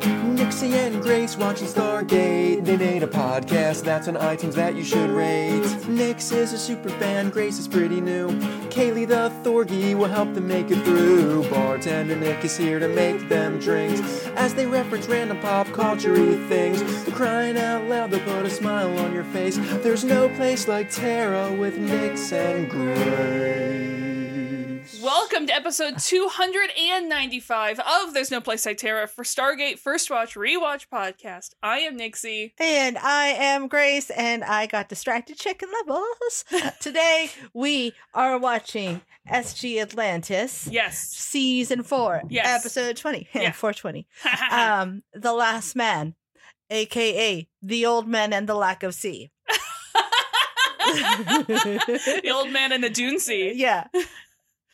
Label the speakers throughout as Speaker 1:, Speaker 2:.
Speaker 1: Jesse and Grace watching Stargate. They made a podcast that's on iTunes that you should rate. Nix is a super fan, Grace is pretty new. Kaylee the Thorgy will help them make it through. Bartender Nick is here to make them drinks as they reference random pop culture things. Crying out loud, they'll put a smile on your face. There's no place like Tara with Nix and Grace.
Speaker 2: Welcome to episode 295 of There's No Place Like Terra for Stargate First Watch Rewatch Podcast. I am Nixie.
Speaker 3: And I am Grace, and I got distracted checking levels. Today, we are watching SG Atlantis,
Speaker 2: Yes.
Speaker 3: season four,
Speaker 2: Yes.
Speaker 3: episode 20,
Speaker 2: Yeah. Uh-huh.
Speaker 3: 420. Um, The Last Man, aka The Old Man and the Lack of Sea.
Speaker 2: the old man in the dune sea.
Speaker 3: yeah.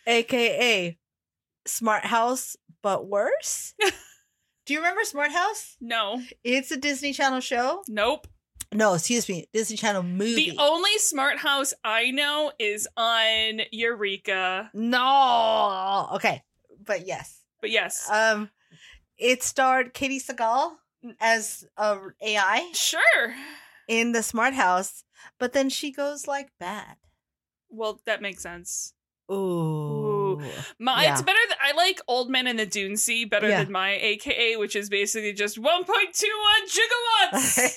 Speaker 3: aka Smart House, but worse. Do you remember Smart House?
Speaker 2: No.
Speaker 3: It's a Disney Channel show.
Speaker 2: Nope.
Speaker 3: No, excuse me, Disney Channel movie.
Speaker 2: The only smart house I know is on Eureka.
Speaker 3: No. Okay. But yes.
Speaker 2: But yes.
Speaker 3: Um it starred Katie Seagal as a AI
Speaker 2: sure.
Speaker 3: in the smart house, but then she goes like bad.
Speaker 2: Well, that makes sense.
Speaker 3: Ooh.
Speaker 2: My, It's
Speaker 3: Yeah.
Speaker 2: better that I like Old Man in the Dune Sea better
Speaker 3: Yeah.
Speaker 2: than my AKA, which is basically just 1.21 gigawatts.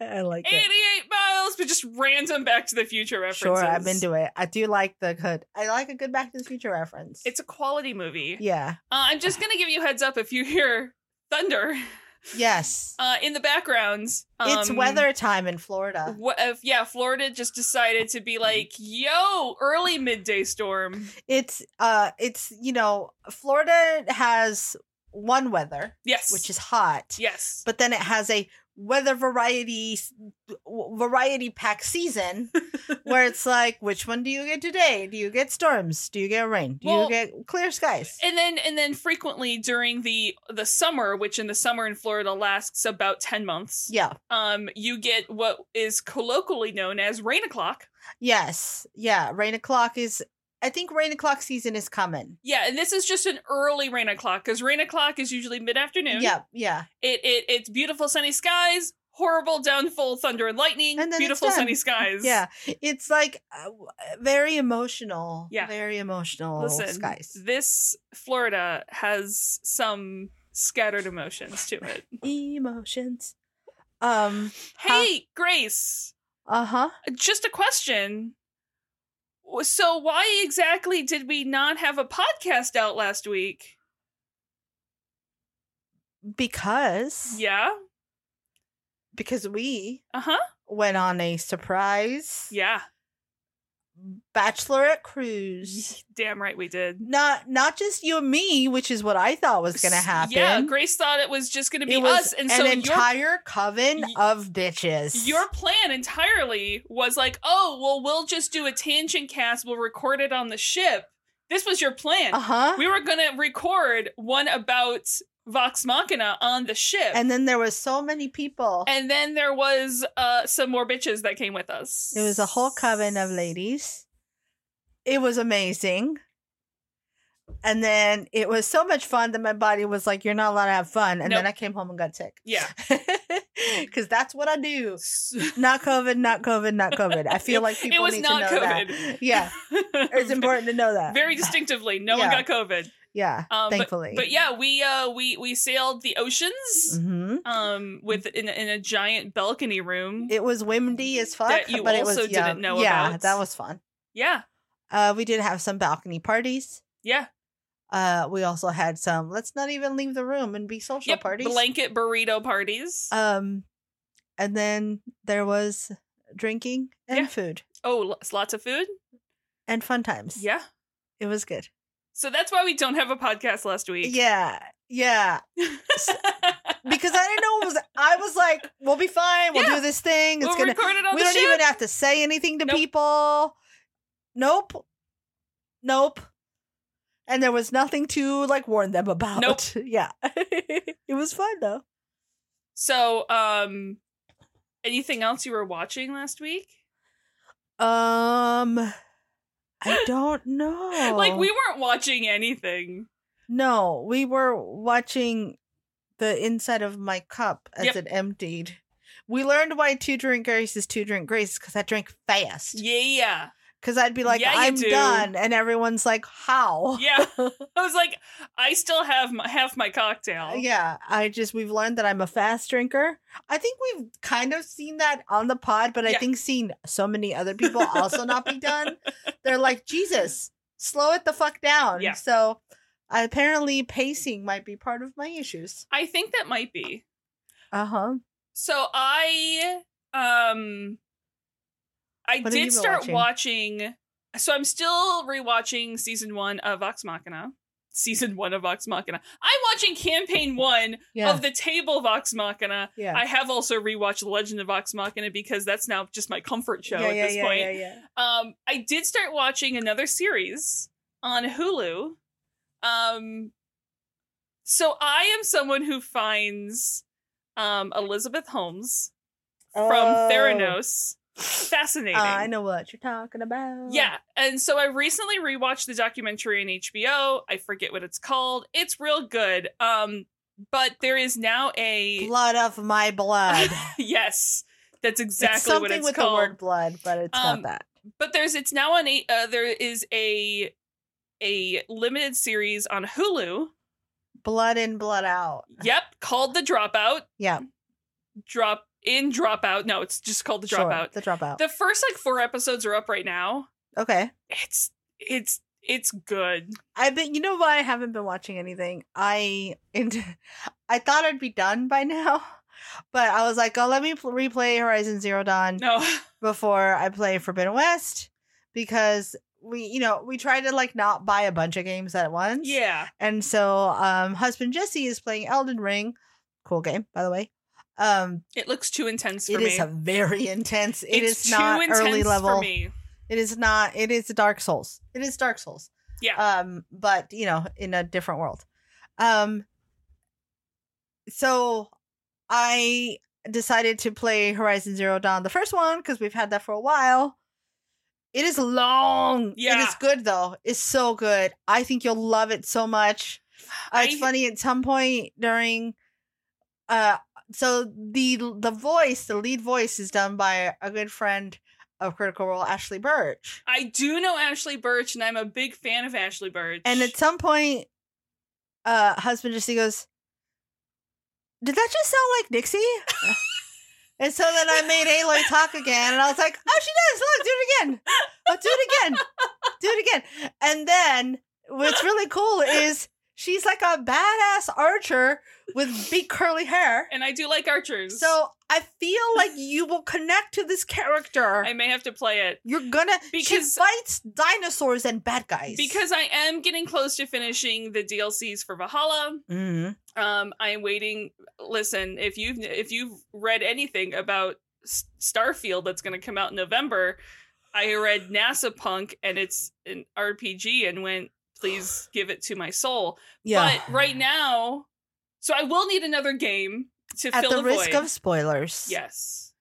Speaker 3: I like it.
Speaker 2: 88 miles, but just random Back to the Future references.
Speaker 3: Sure, I'm into it. I do like the good. I like a good Back to the Future reference.
Speaker 2: It's a quality movie.
Speaker 3: yeah.
Speaker 2: Uh, I'm just gonna give you a heads up if you hear thunder
Speaker 3: Yes.
Speaker 2: uh, in the background.
Speaker 3: it's
Speaker 2: um,
Speaker 3: weather time in Florida.
Speaker 2: wha- if, yeah, Florida just decided to be like, yo, early midday storm.
Speaker 3: It's uh it's you know, Florida has one weather,
Speaker 2: Yes.
Speaker 3: which is hot.
Speaker 2: Yes.
Speaker 3: but then it has a weather variety variety pack season where it's like which one do you get today do you get storms do you get rain do
Speaker 2: Well-
Speaker 3: you get clear skies
Speaker 2: and then and then frequently during the the summer, which in the summer in Florida lasts about ten months,
Speaker 3: yeah
Speaker 2: um, you get what is colloquially known as rain o'clock.
Speaker 3: yes yeah rain o'clock is i think rain o'clock season is coming
Speaker 2: Yeah, and this is just an early rain o'clock because rain o'clock is usually mid afternoon.
Speaker 3: yeah yeah
Speaker 2: It, it it's beautiful sunny skies, horrible downfall, thunder and lightning,
Speaker 3: And then it's
Speaker 2: beautiful
Speaker 3: done.
Speaker 2: sunny skies.
Speaker 3: yeah it's like uh, w- very emotional
Speaker 2: Yeah.
Speaker 3: very emotional
Speaker 2: Listen,
Speaker 3: Oh, skies
Speaker 2: this Florida has some scattered emotions to it.
Speaker 3: emotions um
Speaker 2: Hey, Grace,
Speaker 3: uh-huh
Speaker 2: just a question. So why exactly did we not have a podcast out last week?
Speaker 3: because
Speaker 2: Yeah.
Speaker 3: because we
Speaker 2: Uh-huh.
Speaker 3: went on a surprise
Speaker 2: Yeah.
Speaker 3: bachelorette cruise.
Speaker 2: Damn right we did.
Speaker 3: Not not just you and me, which is what I thought was gonna happen.
Speaker 2: Yeah, Grace thought it was just gonna be
Speaker 3: it was
Speaker 2: us, and
Speaker 3: an
Speaker 2: so your
Speaker 3: entire coven
Speaker 2: y-
Speaker 3: of bitches.
Speaker 2: Your plan entirely was like, oh, well, we'll just do a tangent cast. We'll record it on the ship. This was your plan.
Speaker 3: uh huh.
Speaker 2: We were going to record one about Vox Machina on the ship.
Speaker 3: And then there was so many people.
Speaker 2: And then there was uh, some more bitches that came with us.
Speaker 3: it was a whole coven of ladies. It was amazing. And then it was so much fun that my body was like, "You're not allowed to have fun." And then I
Speaker 2: Nope.
Speaker 3: came home and got sick.
Speaker 2: Yeah.
Speaker 3: because that's what I do.
Speaker 2: I
Speaker 3: Not COVID. Not COVID. Not COVID. I feel like people
Speaker 2: it was
Speaker 3: need
Speaker 2: not
Speaker 3: to know that.
Speaker 2: COVID.
Speaker 3: Yeah, it's important to know that.
Speaker 2: Very distinctively, no
Speaker 3: Yeah.
Speaker 2: one got COVID.
Speaker 3: Yeah,
Speaker 2: Um, but-
Speaker 3: thankfully.
Speaker 2: But yeah, we uh, we we sailed the oceans
Speaker 3: hmm
Speaker 2: um, with in, a- in a giant balcony room.
Speaker 3: it was windy as fuck.
Speaker 2: That you
Speaker 3: but it
Speaker 2: also
Speaker 3: was,
Speaker 2: didn't
Speaker 3: yeah,
Speaker 2: know
Speaker 3: Yeah,
Speaker 2: about.
Speaker 3: that was fun.
Speaker 2: yeah,
Speaker 3: Uh, we did have some balcony parties.
Speaker 2: yeah.
Speaker 3: Uh, we also had some. Let's not even leave the room and be social parties.
Speaker 2: Blanket burrito parties.
Speaker 3: Um, and then there was drinking and
Speaker 2: Yeah.
Speaker 3: food
Speaker 2: oh, lo- lots of food.
Speaker 3: and fun times.
Speaker 2: Yeah.
Speaker 3: it was good.
Speaker 2: So that's why we don't have a podcast last week.
Speaker 3: Yeah, yeah. Because I didn't know it was. I was like, "We'll be fine. We'll
Speaker 2: Yeah.
Speaker 3: do this thing. It's
Speaker 2: we'll
Speaker 3: gonna
Speaker 2: record it on
Speaker 3: we
Speaker 2: Oh, the
Speaker 3: don't
Speaker 2: ship.
Speaker 3: even have to say anything to
Speaker 2: Nope.
Speaker 3: people. Nope. Nope. And there was nothing to like warn them about.
Speaker 2: Nope.
Speaker 3: Yeah. it was fun though.
Speaker 2: so, um, anything else you were watching last week?
Speaker 3: Um I don't know.
Speaker 2: Like we weren't watching anything.
Speaker 3: No, we were watching the inside of my cup as
Speaker 2: Yep.
Speaker 3: it emptied. We learned why two drink grace is two drink grace because I drink fast.
Speaker 2: Yeah.
Speaker 3: Because I'd be like,
Speaker 2: Yeah, you
Speaker 3: I'm
Speaker 2: do.
Speaker 3: done. And everyone's like, how?
Speaker 2: Yeah. I was like, I still have my, half my cocktail.
Speaker 3: Yeah, I just we've learned that I'm a fast drinker. I think we've kind of seen that on the pod, but I
Speaker 2: Yeah.
Speaker 3: think seeing so many other people also not be done, they're like, Jesus, slow it the fuck down.
Speaker 2: Yeah.
Speaker 3: So apparently pacing might be part of my issues.
Speaker 2: I think that might be.
Speaker 3: Uh-huh.
Speaker 2: So I um I
Speaker 3: What have you been
Speaker 2: did start
Speaker 3: watching?
Speaker 2: watching so I'm still rewatching season 1 of Vox Machina. Season 1 of Vox Machina. I'm watching campaign 1
Speaker 3: Yeah.
Speaker 2: of the table Vox Machina.
Speaker 3: yeah.
Speaker 2: I have also rewatched The Legend of Vox Machina because that's now just my comfort show
Speaker 3: yeah,
Speaker 2: at
Speaker 3: yeah,
Speaker 2: this
Speaker 3: yeah,
Speaker 2: point.
Speaker 3: yeah, yeah.
Speaker 2: Um, I did start watching another series on Hulu. Um, so I am someone who finds um, Elizabeth Holmes from
Speaker 3: Oh.
Speaker 2: Theranos fascinating.
Speaker 3: I know what you're talking about.
Speaker 2: Yeah, and so I recently rewatched the documentary on HBO. I forget what it's called. It's real good. Um, but there is now a
Speaker 3: Blood of my blood.
Speaker 2: yes, that's exactly
Speaker 3: it's something
Speaker 2: what it's
Speaker 3: with
Speaker 2: called.
Speaker 3: the word blood, but it's
Speaker 2: Um,
Speaker 3: not that.
Speaker 2: but there's it's now on a uh, there is a a limited series on Hulu.
Speaker 3: Uh-huh. Blood in, blood out.
Speaker 2: Yep, called The Dropout.
Speaker 3: Yeah.
Speaker 2: Drop in, dropout. No, it's just called The
Speaker 3: Sure,
Speaker 2: Dropout.
Speaker 3: The dropout.
Speaker 2: The first like four episodes are up right now.
Speaker 3: okay.
Speaker 2: It's it's it's good.
Speaker 3: I've been, you know why I haven't been watching anything? I in- I thought I'd be done by now, but I was like, oh, let me pl- replay Horizon Zero Dawn
Speaker 2: No.
Speaker 3: before I play Forbidden West because we, you know, we tried to like not buy a bunch of games at once.
Speaker 2: yeah.
Speaker 3: And so, um, husband Jesse is playing Elden Ring, cool game by the way. Um,
Speaker 2: It looks too intense for
Speaker 3: it
Speaker 2: me.
Speaker 3: is a very intense. It
Speaker 2: it's
Speaker 3: is not
Speaker 2: too intense
Speaker 3: early level.
Speaker 2: for me.
Speaker 3: It is not. It is Dark Souls. It is Dark Souls.
Speaker 2: Yeah.
Speaker 3: Um, but you know, in a different world. Um. So, I decided to play Horizon Zero Dawn, the first one, because we've had that for a while. It is long. It
Speaker 2: Yeah.
Speaker 3: is good though. It's so good. I think you'll love it so much. Uh, it's
Speaker 2: I-
Speaker 3: funny at some point during. Uh, so the the voice, the lead voice, is done by a good friend of Critical Role, Ashley Birch.
Speaker 2: I do know Ashley Birch, and I'm a big fan of Ashley Birch.
Speaker 3: And at some point, uh, husband just he goes, "Did that just sound like Nixie?" and so then I made Aloy talk again, and I was like, "Oh, she does! Look, do it again! Oh, do it again! Do it again!" And then what's really cool is she's like a badass archer with big curly hair.
Speaker 2: and I do like Archers.
Speaker 3: So I feel like you will connect to this character.
Speaker 2: I may have to play it.
Speaker 3: You're gonna
Speaker 2: Because-
Speaker 3: she fights dinosaurs and bad guys
Speaker 2: Because I am getting close to finishing the DLCs for Valhalla.
Speaker 3: Mhm.
Speaker 2: Um, I am waiting. Listen, if you've if you've read anything about S- Starfield that's going to come out in November, I read NASA Punk and it's an RPG and went, please give it to my soul. But right now, so I will need another game to
Speaker 3: at
Speaker 2: fill
Speaker 3: the risk
Speaker 2: void.
Speaker 3: of spoilers,
Speaker 2: yes.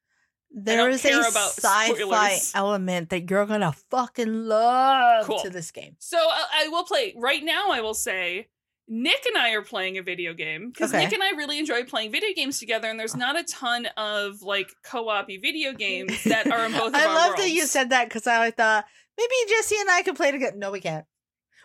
Speaker 3: there
Speaker 2: don't
Speaker 3: is
Speaker 2: care
Speaker 3: a
Speaker 2: about
Speaker 3: sci-fi
Speaker 2: spoilers.
Speaker 3: element that you're gonna fucking love
Speaker 2: Cool.
Speaker 3: to this game.
Speaker 2: So uh, I, I will play right now. I will say Nick and I are playing a video game because
Speaker 3: Okay. Oh.
Speaker 2: Nick and I really enjoy playing video games together, and there's not a ton of like co-op video games that are in both. Of
Speaker 3: I
Speaker 2: our
Speaker 3: love that
Speaker 2: worlds.
Speaker 3: you said that because I thought maybe Jesse and I could play together. No, we can't.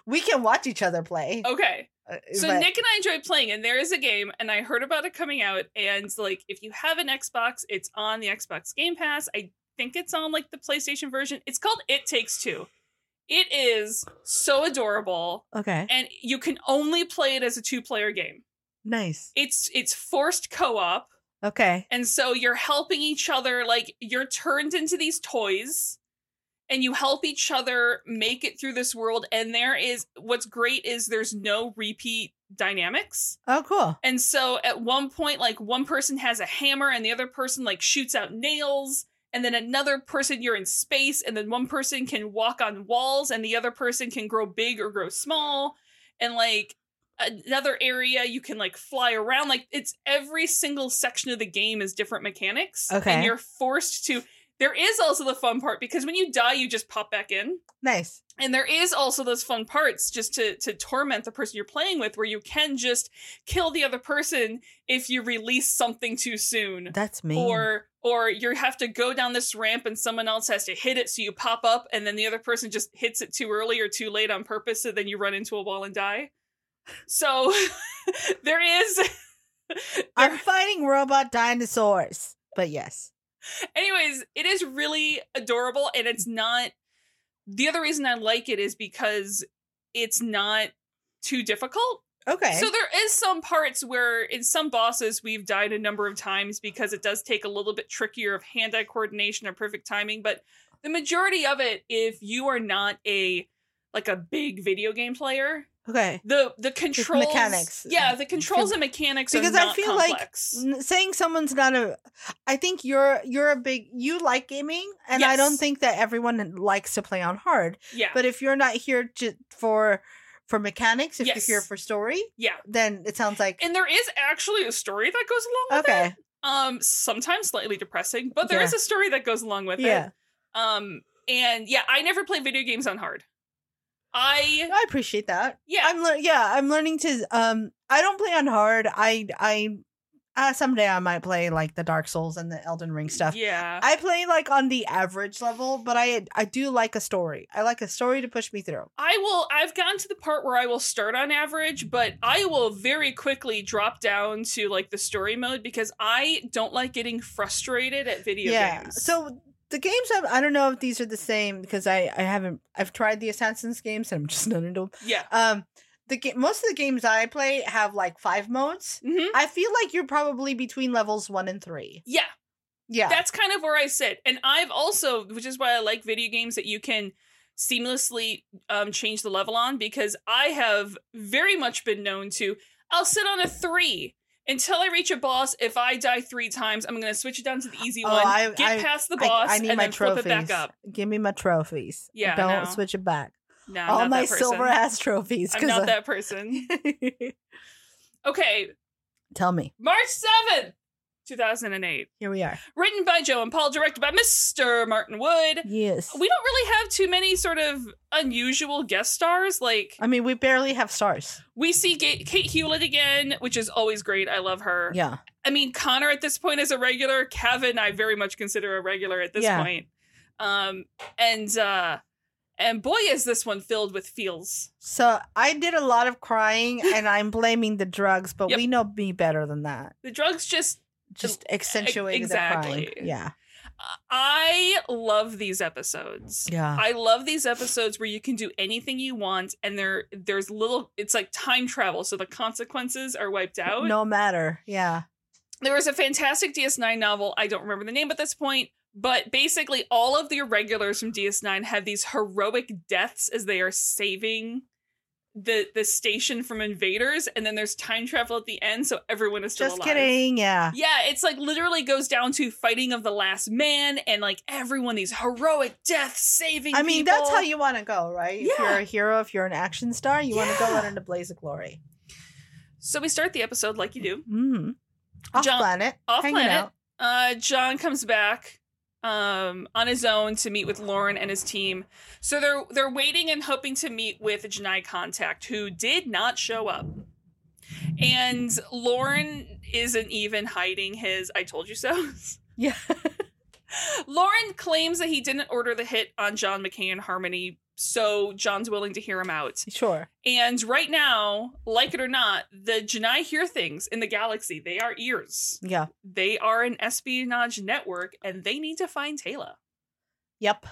Speaker 3: We can watch each other play.
Speaker 2: Okay,
Speaker 3: uh,
Speaker 2: Oh, so
Speaker 3: but-
Speaker 2: Nick and I enjoy playing, and there is a game, and I heard about it coming out, and like if you have an Xbox, it's on the Xbox Game Pass. I think it's on like the PlayStation version. It's called It Takes Two. It is so adorable,
Speaker 3: okay,
Speaker 2: and you can only play it as a two-player game.
Speaker 3: nice.
Speaker 2: It's it's forced co-op.
Speaker 3: Okay,
Speaker 2: And so you're helping each other, like you're turned into these toys and you help each other make it through this world. And there is what's great is there's no repeat dynamics.
Speaker 3: oh cool.
Speaker 2: And so at one point, like one person has a hammer and the other person like shoots out nails. And then another person, you're in space, and then one person can walk on walls, and the other person can grow big or grow small. And like another area, you can like fly around. Like it's every single section of the game is different mechanics.
Speaker 3: Okay.
Speaker 2: And you're forced to. There is also the fun part because when you die, you just pop back in.
Speaker 3: Nice.
Speaker 2: And there is also those fun parts just to to torment the person you're playing with, where you can just kill the other person if you release something too soon,
Speaker 3: That's me.
Speaker 2: or or you have to go down this ramp and someone else has to hit it, so you pop up, and then the other person just hits it too early or too late on purpose, so then you run into a wall and die. So there is.
Speaker 3: I'm fighting robot dinosaurs. But yes.
Speaker 2: Anyways, it is really adorable and it's not the other reason I like it is because it's not too difficult.
Speaker 3: Okay.
Speaker 2: So there is some parts where in some bosses we've died a number of times because it does take a little bit trickier of hand-eye coordination or perfect timing, but the majority of it if you are not a like a big video game player,
Speaker 3: okay.
Speaker 2: the the controls
Speaker 3: mechanics.
Speaker 2: Yeah, the controls and mechanics
Speaker 3: Because
Speaker 2: are
Speaker 3: I
Speaker 2: not
Speaker 3: feel like
Speaker 2: complex.
Speaker 3: N- Saying someone's not a, I think you're you're a big you like gaming, and I don't
Speaker 2: Yes.
Speaker 3: think that everyone likes to play on hard.
Speaker 2: yeah.
Speaker 3: But if you're not here to, for for mechanics, if
Speaker 2: Yes.
Speaker 3: you're here for story,
Speaker 2: yeah.
Speaker 3: then it sounds like
Speaker 2: And there is actually a story that goes along with it.
Speaker 3: okay,
Speaker 2: um sometimes slightly depressing but there
Speaker 3: Yeah.
Speaker 2: is a story that goes along with
Speaker 3: yeah,
Speaker 2: it um and yeah i never play video games on hard i
Speaker 3: I appreciate that.
Speaker 2: yeah
Speaker 3: I'm lear- yeah, I'm learning to um I don't play on hard. I I uh, someday I might play like the Dark Souls and the Elden Ring stuff.
Speaker 2: yeah
Speaker 3: I play like on the average level, but I I do like a story. I like a story to push me through.
Speaker 2: I will I've gotten to the part where I will start on average, but I will very quickly drop down to like the story mode because I don't like getting frustrated at video
Speaker 3: yeah.
Speaker 2: games.
Speaker 3: So the games I'm, I don't know if these are the same because I I haven't I've tried the Assassin's games and I'm just not into them.
Speaker 2: Yeah.
Speaker 3: Um the ga- most of the games I play have like five modes.
Speaker 2: hmm
Speaker 3: I feel like you're probably between levels 1 and 3.
Speaker 2: Yeah.
Speaker 3: Yeah.
Speaker 2: that's kind of where I sit. And I've also, which is why I like video games that you can seamlessly um, change the level on, because I have very much been known to, I'll sit on a three until I reach a boss. If I die three times, I'm going to switch it down to the easy
Speaker 3: Oh,
Speaker 2: one,
Speaker 3: I-
Speaker 2: get
Speaker 3: I-
Speaker 2: past the
Speaker 3: I-
Speaker 2: boss,
Speaker 3: I, need
Speaker 2: and
Speaker 3: my
Speaker 2: then
Speaker 3: trophies.
Speaker 2: flip it back up.
Speaker 3: Give me my trophies.
Speaker 2: Yeah, I
Speaker 3: don't
Speaker 2: know.
Speaker 3: switch it back.
Speaker 2: No, I'm
Speaker 3: All
Speaker 2: not
Speaker 3: my
Speaker 2: that person.
Speaker 3: silver ass trophies.
Speaker 2: I'm
Speaker 3: 'cause
Speaker 2: not
Speaker 3: I-
Speaker 2: that person. Okay,
Speaker 3: Tell me.
Speaker 2: March 7th, 2008.
Speaker 3: Here we are.
Speaker 2: Written by Joe and Paul, directed by Mr. Martin Wood.
Speaker 3: Yes.
Speaker 2: we don't really have too many sort of unusual guest stars. Like
Speaker 3: I mean, we barely have stars.
Speaker 2: we see Ga- Kate Hewlett again, which is always great. I love her.
Speaker 3: Yeah.
Speaker 2: I mean, Connor at this point is a regular. Kevin, I very much consider a regular at this
Speaker 3: Yeah.
Speaker 2: point. Um, and uh, and boy, is this one filled with feels.
Speaker 3: So I did a lot of crying, and I'm blaming the drugs, but
Speaker 2: Yep.
Speaker 3: we know me better than that.
Speaker 2: The drugs just.
Speaker 3: Just accentuated the
Speaker 2: exactly.
Speaker 3: crying. Yeah.
Speaker 2: I love these episodes.
Speaker 3: Yeah.
Speaker 2: I love these episodes where you can do anything you want, and there there's little. It's like time travel, so the consequences are wiped out.
Speaker 3: No matter. Yeah.
Speaker 2: there was a fantastic DS9 novel. I don't remember the name at this point, but basically all of the irregulars from DS9 have these heroic deaths as they are saving the the station from invaders, and then there's time travel at the end, so everyone is still
Speaker 3: Just
Speaker 2: alive.
Speaker 3: kidding. Yeah.
Speaker 2: Yeah, it's like literally goes down to fighting of the last man and like everyone these heroic deaths saving.
Speaker 3: I mean, that's
Speaker 2: people.
Speaker 3: how you want to go, right? If
Speaker 2: Yeah.
Speaker 3: you're a hero, if you're an action star, you want to go
Speaker 2: Yeah.
Speaker 3: out in a blaze of glory.
Speaker 2: So we start the episode like you do.
Speaker 3: Mm. Off
Speaker 2: Jump-
Speaker 3: planet.
Speaker 2: off
Speaker 3: hanging
Speaker 2: planet.
Speaker 3: out.
Speaker 2: uh, John comes back um, on his own to meet with Lauren and his team. So they're they're waiting and hoping to meet with Janai Contact, who did not show up. And Lauren isn't even hiding his "I told you so."
Speaker 3: Yeah.
Speaker 2: Lauren claims that he didn't order the hit on John McKay and Harmony, so John's willing to hear him out.
Speaker 3: Sure.
Speaker 2: And right now, like it or not, the Janai hear things in the galaxy. They are ears
Speaker 3: Yeah.
Speaker 2: they are an espionage network and they need to find Taylor.
Speaker 3: Yep.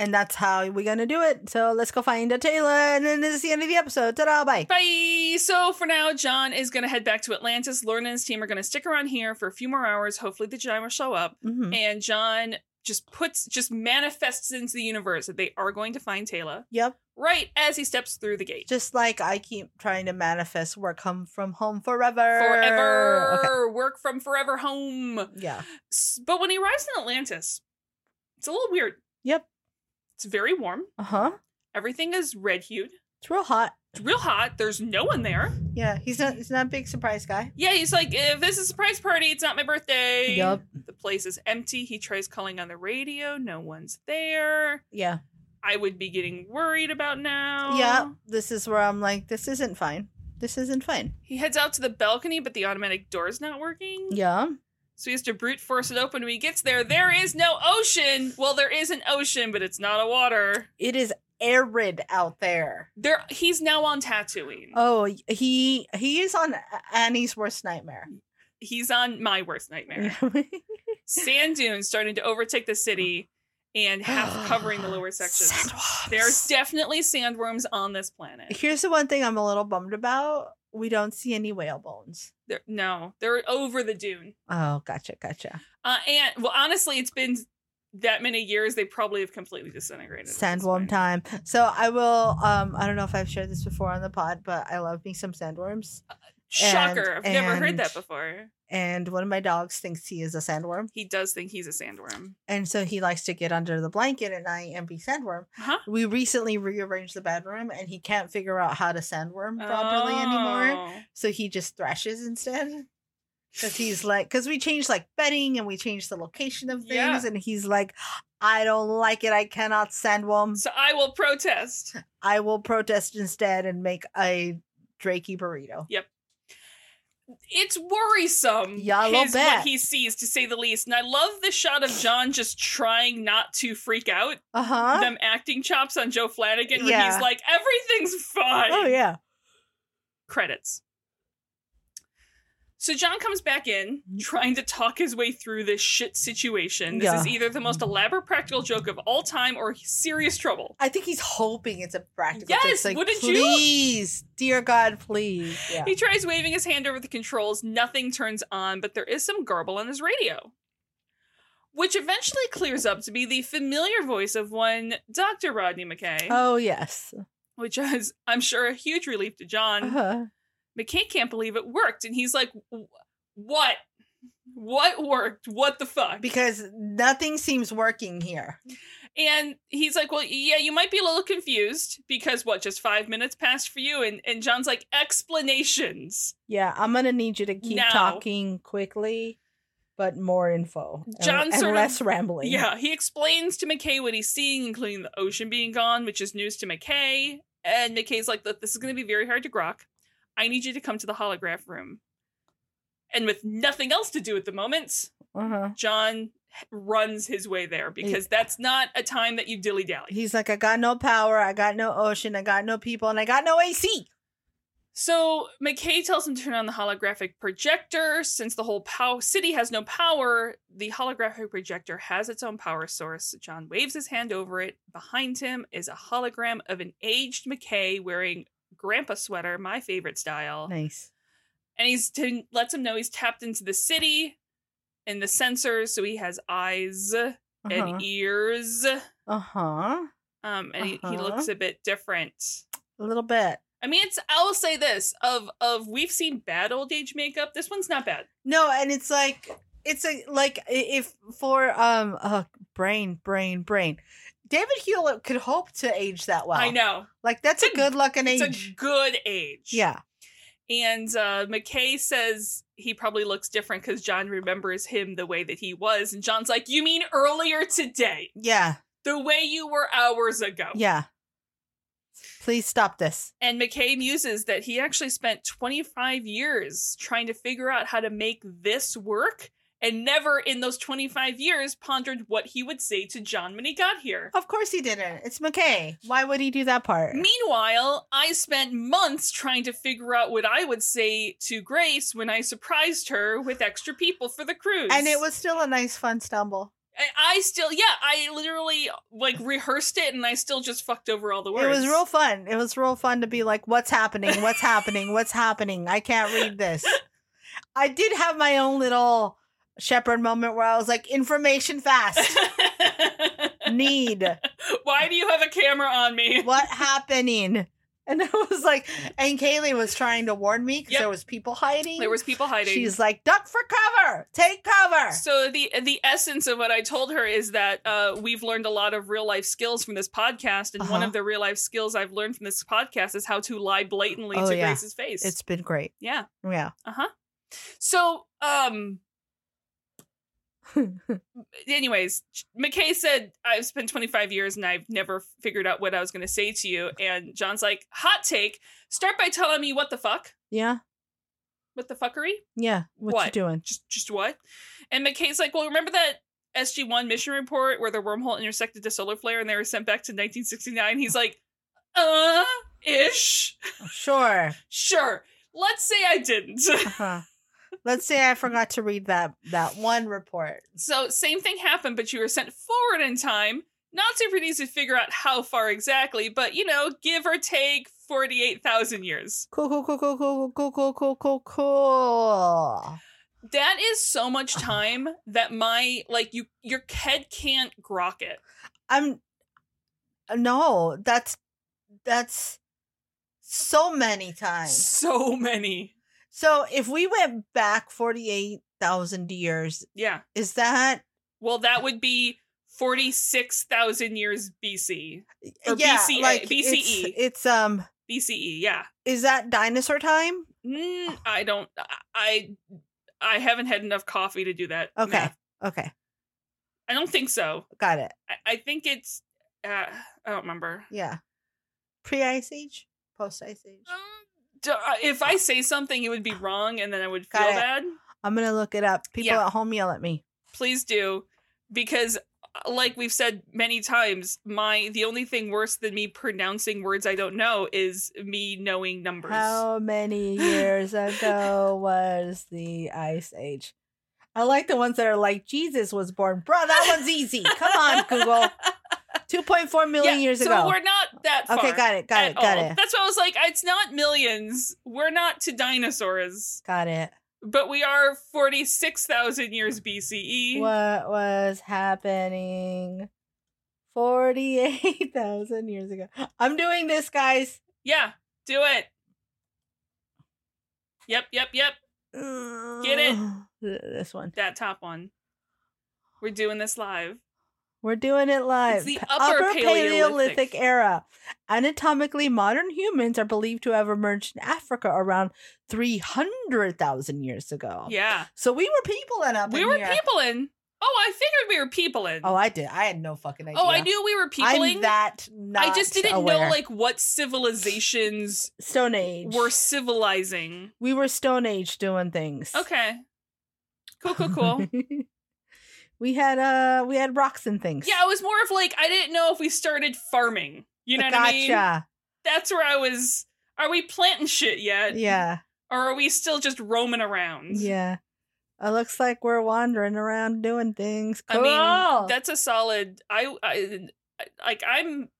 Speaker 3: And that's how we're gonna do it. So let's go find a Taylor, and then this is the end of the episode. Ta-da! Bye.
Speaker 2: Bye. So for now, John is going to head back to Atlantis. Lauren and his team are going to stick around here for a few more hours. Hopefully, the Jedi will show up.
Speaker 3: Mhm.
Speaker 2: And John just puts, just manifests into the universe that they are going to find Taylor
Speaker 3: Yep.
Speaker 2: right as he steps through the gate.
Speaker 3: Just like I keep trying to manifest work home from home forever.
Speaker 2: Forever work from forever home.
Speaker 3: Okay. Yeah.
Speaker 2: S- But when he arrives in Atlantis, it's a little weird.
Speaker 3: Yep.
Speaker 2: It's very warm.
Speaker 3: Uh huh.
Speaker 2: Everything is red hued.
Speaker 3: It's real hot.
Speaker 2: It's real hot. There's no one there.
Speaker 3: Yeah. He's not. He's not a big surprise guy.
Speaker 2: Yeah, he's like, if this is a surprise party, it's not my birthday.
Speaker 3: Yup.
Speaker 2: The place is empty. He tries calling on the radio. No one's there.
Speaker 3: Yeah.
Speaker 2: I would be getting worried about now.
Speaker 3: Yeah. This is where I'm like, this isn't fine. This isn't fine.
Speaker 2: He heads out to the balcony, but the automatic door's not working.
Speaker 3: Yeah.
Speaker 2: So he has to brute force it open. When he gets there, there is no ocean. Well, there is an ocean, but it's not a water.
Speaker 3: It is arid out there.
Speaker 2: There, he's now on Tatooine.
Speaker 3: Oh, he he is on Annie's worst nightmare.
Speaker 2: He's on my worst nightmare. Sand dunes starting to overtake the city and half covering the lower sections.
Speaker 3: Sandworms.
Speaker 2: There's definitely sandworms on this planet.
Speaker 3: Here's the one thing I'm a little bummed about. We don't see any whale bones.
Speaker 2: There, no, they're over the dune.
Speaker 3: Oh, gotcha, gotcha.
Speaker 2: Uh, and well, honestly, it's been that many years. They probably have completely disintegrated. at this
Speaker 3: Sandworm
Speaker 2: point.
Speaker 3: time. So I will. Um, I don't know if I've shared this before on the pod, but I love me some sandworms.
Speaker 2: Shocker!
Speaker 3: And-
Speaker 2: I've never heard
Speaker 3: and-
Speaker 2: that before.
Speaker 3: And one of my dogs thinks he is a sandworm,
Speaker 2: He does think he's a sandworm.
Speaker 3: and so he likes to get under the blanket at night and be sandworm.
Speaker 2: Huh?
Speaker 3: We recently rearranged the bedroom, and he can't figure out how to sandworm properly anymore.
Speaker 2: Oh.
Speaker 3: So he just thrashes instead. Because he's like, because we changed like bedding and we changed the location of things,
Speaker 2: Yeah.
Speaker 3: and he's like, I don't like it. I cannot sandworm.
Speaker 2: So I will protest.
Speaker 3: I will protest instead and make a Drakey burrito.
Speaker 2: It's worrisome.
Speaker 3: Yeah, a little
Speaker 2: his-
Speaker 3: bit.
Speaker 2: What he sees, to say the least. And I love the shot of John just trying not to freak out.
Speaker 3: Uh huh.
Speaker 2: Them acting chops on Joe Flanagan, where
Speaker 3: Yeah.
Speaker 2: he's like, "Everything's fine."
Speaker 3: Oh yeah.
Speaker 2: credits. So John comes back in,
Speaker 3: Mm-hmm.
Speaker 2: trying to talk his way through this shit situation. This
Speaker 3: Yeah. Mm-hmm.
Speaker 2: is either the most elaborate practical joke of all time or serious trouble.
Speaker 3: I think he's hoping it's a practical.
Speaker 2: Yes,
Speaker 3: Yes. Like,
Speaker 2: wouldn't you?
Speaker 3: please, dear God, please. Yeah.
Speaker 2: He tries waving his hand over the controls, nothing turns on, but there is some garble on his radio. Which eventually clears up to be the familiar voice of one Dr. Rodney McKay,
Speaker 3: Oh yes.
Speaker 2: which is, I'm sure, a huge relief to John.
Speaker 3: Uh-huh.
Speaker 2: McKay can't believe it worked. And he's like, "Wh- What? What worked? What the fuck?
Speaker 3: Because nothing seems working here.
Speaker 2: And he's like, Well, yeah, you might be a little confused because what, just five minutes passed for you? And and John's like, explanations.
Speaker 3: Yeah, I'm gonna need you to keep
Speaker 2: No.
Speaker 3: talking quickly, but more info. and-
Speaker 2: John
Speaker 3: and,
Speaker 2: sort of-
Speaker 3: less rambling.
Speaker 2: Yeah. He explains to McKay what he's seeing, including the ocean being gone, which is news to McKay. And McKay's like, Look, this is gonna be very hard to grok. I need you to come to the holograph room. And with nothing else to do at the moment,
Speaker 3: Uh-huh.
Speaker 2: John runs his way there because that's not a time that you dilly dally.
Speaker 3: He's like, I got no power, I got no ocean, I got no people, and I got no AC.
Speaker 2: So McKay tells him to turn on the holographic projector. Since the whole pow- city has no power, the holographic projector has its own power source. John waves his hand over it. Behind him is a hologram of an aged McKay wearing grandpa sweater, my favorite style.
Speaker 3: Nice.
Speaker 2: and he's to, lets him know he's tapped into the city and the sensors so he has eyes
Speaker 3: Uh-huh.
Speaker 2: and ears
Speaker 3: Uh-huh.
Speaker 2: um and he, he
Speaker 3: Uh-huh.
Speaker 2: looks a bit different
Speaker 3: A little bit.
Speaker 2: i mean it's i'll say this of of we've seen bad old age makeup this one's not bad
Speaker 3: No, and it's like it's a like i- if for um uh brain, brain, brain. David Hewlett could hope to age that well.
Speaker 2: i know
Speaker 3: Like that's
Speaker 2: It's
Speaker 3: a
Speaker 2: a-
Speaker 3: good luck and
Speaker 2: it's
Speaker 3: age.
Speaker 2: a good age
Speaker 3: yeah.
Speaker 2: and uh mckay says he probably looks different because john remembers him the way that he was and john's like you mean earlier today
Speaker 3: Yeah.
Speaker 2: the way you were hours ago
Speaker 3: Yeah. Please stop this.
Speaker 2: And McKay muses that he actually spent 25 years trying to figure out how to make this work and never in those 25 years pondered what he would say to John when he got here.
Speaker 3: Of course he didn't. It's McKay. Why would he do that part?
Speaker 2: Meanwhile, I spent months trying to figure out what I would say to Grace when I surprised her with extra people for the cruise.
Speaker 3: And it was still a nice fun stumble.
Speaker 2: I I still, yeah, I literally like rehearsed it and I still just fucked over all the words.
Speaker 3: It was real fun. It was real fun to be like, what's happening? What's happening? What's happening? I can't read this. I did have my own little shepherd moment where I was like, information fast. Need.
Speaker 2: Why do you have a camera on me?
Speaker 3: What happening? And I was like, and Kaylee was trying to warn me because
Speaker 2: Yep.
Speaker 3: there was people hiding.
Speaker 2: There was people hiding.
Speaker 3: She's like, duck for cover. Take cover.
Speaker 2: so the the essence of what I told her is that uh, we've learned a lot of real life skills from this podcast, and one
Speaker 3: Uh-huh.
Speaker 2: of the real life skills I've learned from this podcast is how to lie blatantly
Speaker 3: Oh,
Speaker 2: to
Speaker 3: yeah.
Speaker 2: Grace's face.
Speaker 3: it's been great.
Speaker 2: yeah,
Speaker 3: Yeah.
Speaker 2: uh huh. So um, anyways, McKay said, I've spent 25 years and I've never figured out what I was going to say to you. And John's like, hot take, start by telling me what the fuck,
Speaker 3: yeah.
Speaker 2: what the fuckery,
Speaker 3: Yeah. What,
Speaker 2: What?
Speaker 3: you doing?
Speaker 2: just, just what? And McKay's like, well, remember that SG-1 mission report where the wormhole intersected the solar flare and they were sent back to 1969? He's like, uh, ish,
Speaker 3: Sure.
Speaker 2: sure. Let's say I didn't.
Speaker 3: Uh-huh. Let's say I forgot to read that that one report.
Speaker 2: So same thing happened, but you were sent forward in time. Not super easy to figure out how far exactly, but you know, give or take forty-eight thousand years.
Speaker 3: Cool, cool, cool, cool, cool, cool, cool, cool, cool, cool.
Speaker 2: That is so much time that my like you your head can't grok it.
Speaker 3: I'm uh, no, that's that's so many times.
Speaker 2: So many.
Speaker 3: So if we went back forty eight thousand years,
Speaker 2: Yeah.
Speaker 3: is that
Speaker 2: Well, that would be forty-six thousand years BC Or
Speaker 3: yeah,
Speaker 2: BCA
Speaker 3: like
Speaker 2: BCE.
Speaker 3: It's, it's um,
Speaker 2: BCE. E, Yeah.
Speaker 3: is that dinosaur time?
Speaker 2: Mm, I don't. I I haven't had enough coffee to do that.
Speaker 3: Okay,
Speaker 2: math.
Speaker 3: okay,
Speaker 2: I don't think so.
Speaker 3: got it.
Speaker 2: I, I think it's. Uh, I don't remember.
Speaker 3: Yeah, pre ice age, post ice age.
Speaker 2: D- uh, if I say something, it would be wrong, and then I would feel
Speaker 3: Got it.
Speaker 2: bad.
Speaker 3: I'm gonna look it up. People
Speaker 2: Yeah.
Speaker 3: at home yell at me.
Speaker 2: Please do, because uh, like we've said many times, my the only thing worse than me pronouncing words I don't know is me knowing numbers.
Speaker 3: How many years ago was the ice age? I like the ones that are like Jesus was born. Bro, that one's easy. Come on, Google. 2.4
Speaker 2: Yeah,
Speaker 3: million years
Speaker 2: so
Speaker 3: ago.
Speaker 2: we're not that far.
Speaker 3: okay, got it, got
Speaker 2: at
Speaker 3: it, got
Speaker 2: all.
Speaker 3: it.
Speaker 2: That's why I was like, it's not millions. We're not to dinosaurs,
Speaker 3: Got it.
Speaker 2: but we are forty six thousand years E. BCE.
Speaker 3: What was happening 48,000 years ago? I'm doing this, guys.
Speaker 2: Yeah, do it. Yep, yep, yep.
Speaker 3: Get
Speaker 2: it?
Speaker 3: This one.
Speaker 2: That top one. We're doing this live.
Speaker 3: We're doing it live.
Speaker 2: the
Speaker 3: Pa-
Speaker 2: Upper Paleolithic.
Speaker 3: era. Anatomically, modern humans are believed to have emerged in Africa around 300,000 years ago.
Speaker 2: Yeah.
Speaker 3: So we were people in up
Speaker 2: We
Speaker 3: in
Speaker 2: were
Speaker 3: here.
Speaker 2: peopling. Oh, I figured we were peopling.
Speaker 3: Oh, I did. I had no fucking idea.
Speaker 2: Oh, I knew we were
Speaker 3: I'm
Speaker 2: peopling.
Speaker 3: that not
Speaker 2: I just didn't know
Speaker 3: aware.
Speaker 2: like what civilizations
Speaker 3: Stone Age.
Speaker 2: were civilizing.
Speaker 3: we were Stone Age doing things.
Speaker 2: Okay. Cool, cool, cool.
Speaker 3: we had uh we had rocks and things.
Speaker 2: yeah, it was more of like I didn't know if we started farming. You know
Speaker 3: gotcha.
Speaker 2: what I mean? That's where I was are we planting shit yet?
Speaker 3: Yeah.
Speaker 2: Or are we still just roaming around?
Speaker 3: Yeah. It looks like we're wandering around doing things.
Speaker 2: I
Speaker 3: Cool.
Speaker 2: mean, that's a solid. I, I like. I'm.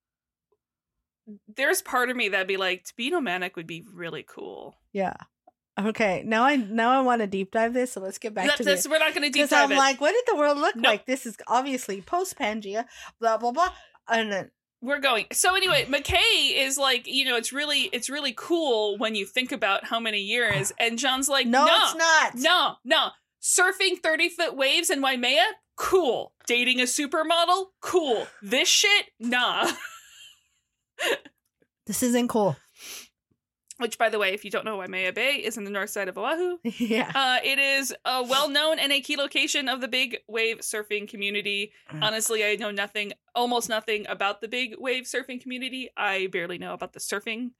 Speaker 2: There's part of me that'd be like to be nomadic would be really cool.
Speaker 3: yeah. Okay. Now I now I want to deep dive this, so let's get back
Speaker 2: That-
Speaker 3: to
Speaker 2: that's-
Speaker 3: this.
Speaker 2: we're not going to deep
Speaker 3: Because
Speaker 2: dive
Speaker 3: I'm
Speaker 2: it.
Speaker 3: like, what did the world look
Speaker 2: No.
Speaker 3: like? This is obviously post Pangea, blah blah blah. And then
Speaker 2: we're going. So anyway, McKay is like, you know, it's really, it's really cool when you think about how many years. And John's like,
Speaker 3: no,
Speaker 2: no,
Speaker 3: it's not.
Speaker 2: no, no. Surfing thirty foot waves in Waimea, cool. Dating a supermodel, cool. This shit, nah.
Speaker 3: This isn't cool.
Speaker 2: Which, by the way, if you don't know, Waimea Bay is in the north side of Oahu.
Speaker 3: yeah.
Speaker 2: Uh, it is a well-known and a key location of the big wave surfing community.
Speaker 3: Mm.
Speaker 2: Honestly, I know nothing, almost nothing about the big wave surfing community. I barely know about the surfing.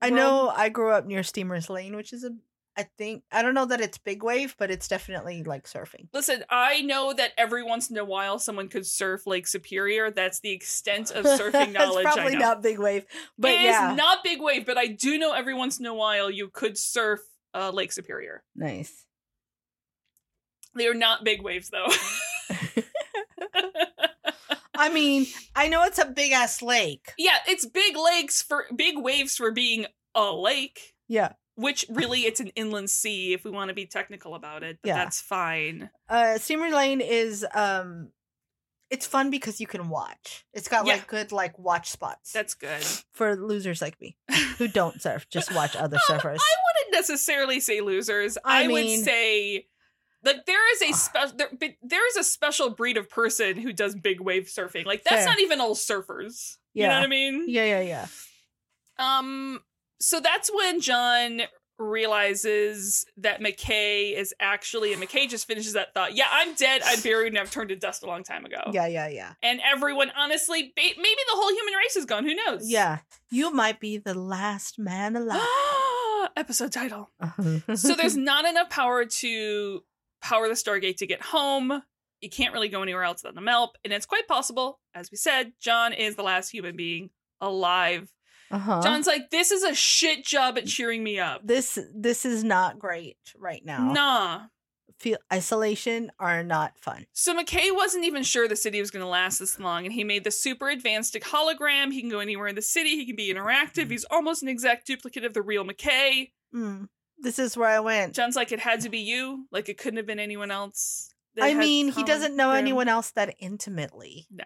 Speaker 3: I know I grew up near Steamers Lane, which is a I think I don't know that it's big wave, but it's definitely like surfing.
Speaker 2: Listen, I know that every once in a while someone could surf Lake Superior. That's the extent of surfing knowledge
Speaker 3: it's
Speaker 2: I
Speaker 3: probably
Speaker 2: know.
Speaker 3: not big wave. But
Speaker 2: It is
Speaker 3: yeah.
Speaker 2: not big wave, but I do know every once in a while you could surf uh, Lake Superior.
Speaker 3: nice.
Speaker 2: They are not big waves though.
Speaker 3: I mean, I know it's a big ass lake.
Speaker 2: yeah, it's big lakes for big waves for being a lake.
Speaker 3: Yeah.
Speaker 2: which really it's an inland sea if we want to be technical about it but
Speaker 3: Yeah.
Speaker 2: that's fine
Speaker 3: Uh Steamer Lane is um it's fun because you can watch. It's got
Speaker 2: Yeah.
Speaker 3: like good like watch spots
Speaker 2: that's good
Speaker 3: for losers like me who don't surf, just watch other
Speaker 2: Um,
Speaker 3: surfers.
Speaker 2: i wouldn't necessarily say losers
Speaker 3: I
Speaker 2: i,
Speaker 3: mean- Ah.
Speaker 2: would say like there is a special there, but there is a special breed of person who does big wave surfing like that's
Speaker 3: Fair.
Speaker 2: not even all surfers you
Speaker 3: Yeah.
Speaker 2: know what i mean
Speaker 3: Yeah, yeah, yeah.
Speaker 2: um so that's when john realizes that McKay is actually, and McKay just finishes that thought. Yeah, I'm dead. I'm buried, and I've turned to dust a long time ago.
Speaker 3: Yeah, yeah, yeah.
Speaker 2: And everyone, honestly, ba- maybe the whole human race is gone. Who knows?
Speaker 3: Yeah. You might be the last man alive.
Speaker 2: Episode title. So there's not enough power to power the Stargate to get home. You can't really go anywhere else than the Melp. And it's quite possible, as we said, John is the last human being alive.
Speaker 3: uh-huh.
Speaker 2: John's like, this is a shit job at cheering me up.
Speaker 3: this this is not great right now.
Speaker 2: Nah.
Speaker 3: Feel isolation are not fun.
Speaker 2: So McKay wasn't even sure the city was going to last this long, and he made the super advanced hologram. He can go anywhere in the city. He can be interactive. He's almost an exact duplicate of the real McKay.
Speaker 3: Mm. This is where I went.
Speaker 2: John's like, it had to be you. Like it couldn't have been anyone else. that
Speaker 3: I
Speaker 2: had
Speaker 3: mean, he
Speaker 2: Colin
Speaker 3: doesn't know
Speaker 2: Graham."
Speaker 3: anyone else that intimately.
Speaker 2: No.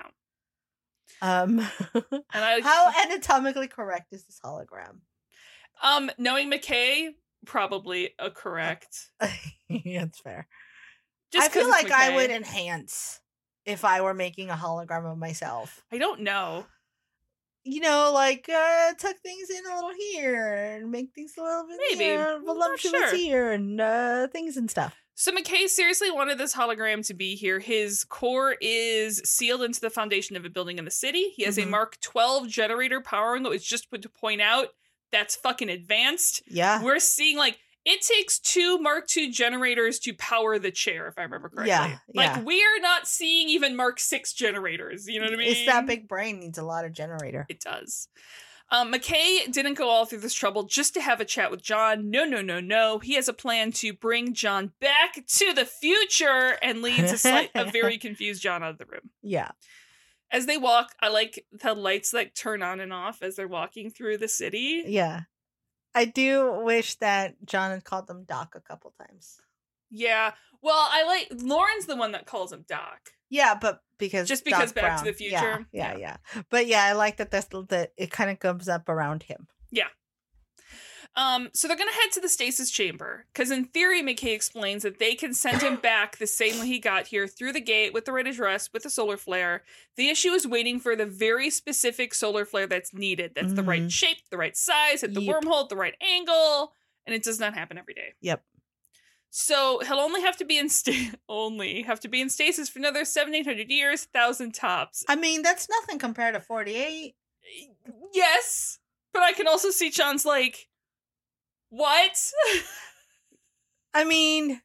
Speaker 3: Um,
Speaker 2: And I
Speaker 3: how anatomically correct is this hologram?
Speaker 2: um knowing McKay probably a correct.
Speaker 3: That's fair.
Speaker 2: Just
Speaker 3: I feel
Speaker 2: 'cause it's
Speaker 3: like I
Speaker 2: McKay.
Speaker 3: would enhance if I were making a hologram of myself.
Speaker 2: I don't know.
Speaker 3: You know, like uh, tuck things in a little here and make things a little bit
Speaker 2: Maybe.
Speaker 3: here,
Speaker 2: I'm not
Speaker 3: voluptuous
Speaker 2: sure.
Speaker 3: here, and uh, things and stuff.
Speaker 2: So McKay seriously wanted this hologram to be here. His core is sealed into the foundation of a building in the city. He has
Speaker 3: Mhm.
Speaker 2: a Mark 12 generator powering it. It's just to point out that's fucking advanced.
Speaker 3: Yeah,
Speaker 2: We're seeing like it takes two Mark II generators to power the chair, if I remember correctly.
Speaker 3: Yeah, yeah.
Speaker 2: Like we're not seeing even Mark Six generators. You know what I mean?
Speaker 3: it's that big brain needs a lot of generator.
Speaker 2: It does. Um, McKay didn't go all through this trouble just to have a chat with John. No, no, no, no. He has a plan to bring John back to the future and leads a, slight, a very confused John out of the room.
Speaker 3: Yeah,
Speaker 2: As they walk, I like the lights like turn on and off as they're walking through the city.
Speaker 3: yeah. I do wish that John had called them Doc a couple times.
Speaker 2: Yeah. Well, I like Lauren's the one that calls him Doc.
Speaker 3: Yeah, but because
Speaker 2: Just because
Speaker 3: Doc
Speaker 2: Back to
Speaker 3: Brown.
Speaker 2: the Future?
Speaker 3: Yeah, yeah, yeah. But yeah, I like that. That's that. It kind of comes up around him.
Speaker 2: Um, so they're gonna head to the stasis chamber because, in theory, McKay explains that they can send him back the same way he got here through the gate with the red address with the solar flare. The issue is waiting for the very specific solar flare that's needed. That's the right
Speaker 3: Mhm.
Speaker 2: shape, the right size, at the
Speaker 3: Yep.
Speaker 2: wormhole, at the right angle, and it does not happen every day.
Speaker 3: Yep.
Speaker 2: So he'll only have to be in sta- only have to be in stasis for another seven, eight hundred years, thousand tops.
Speaker 3: I mean, that's nothing compared to forty-eight.
Speaker 2: Yes, but I can also see John's like, what?
Speaker 3: I mean,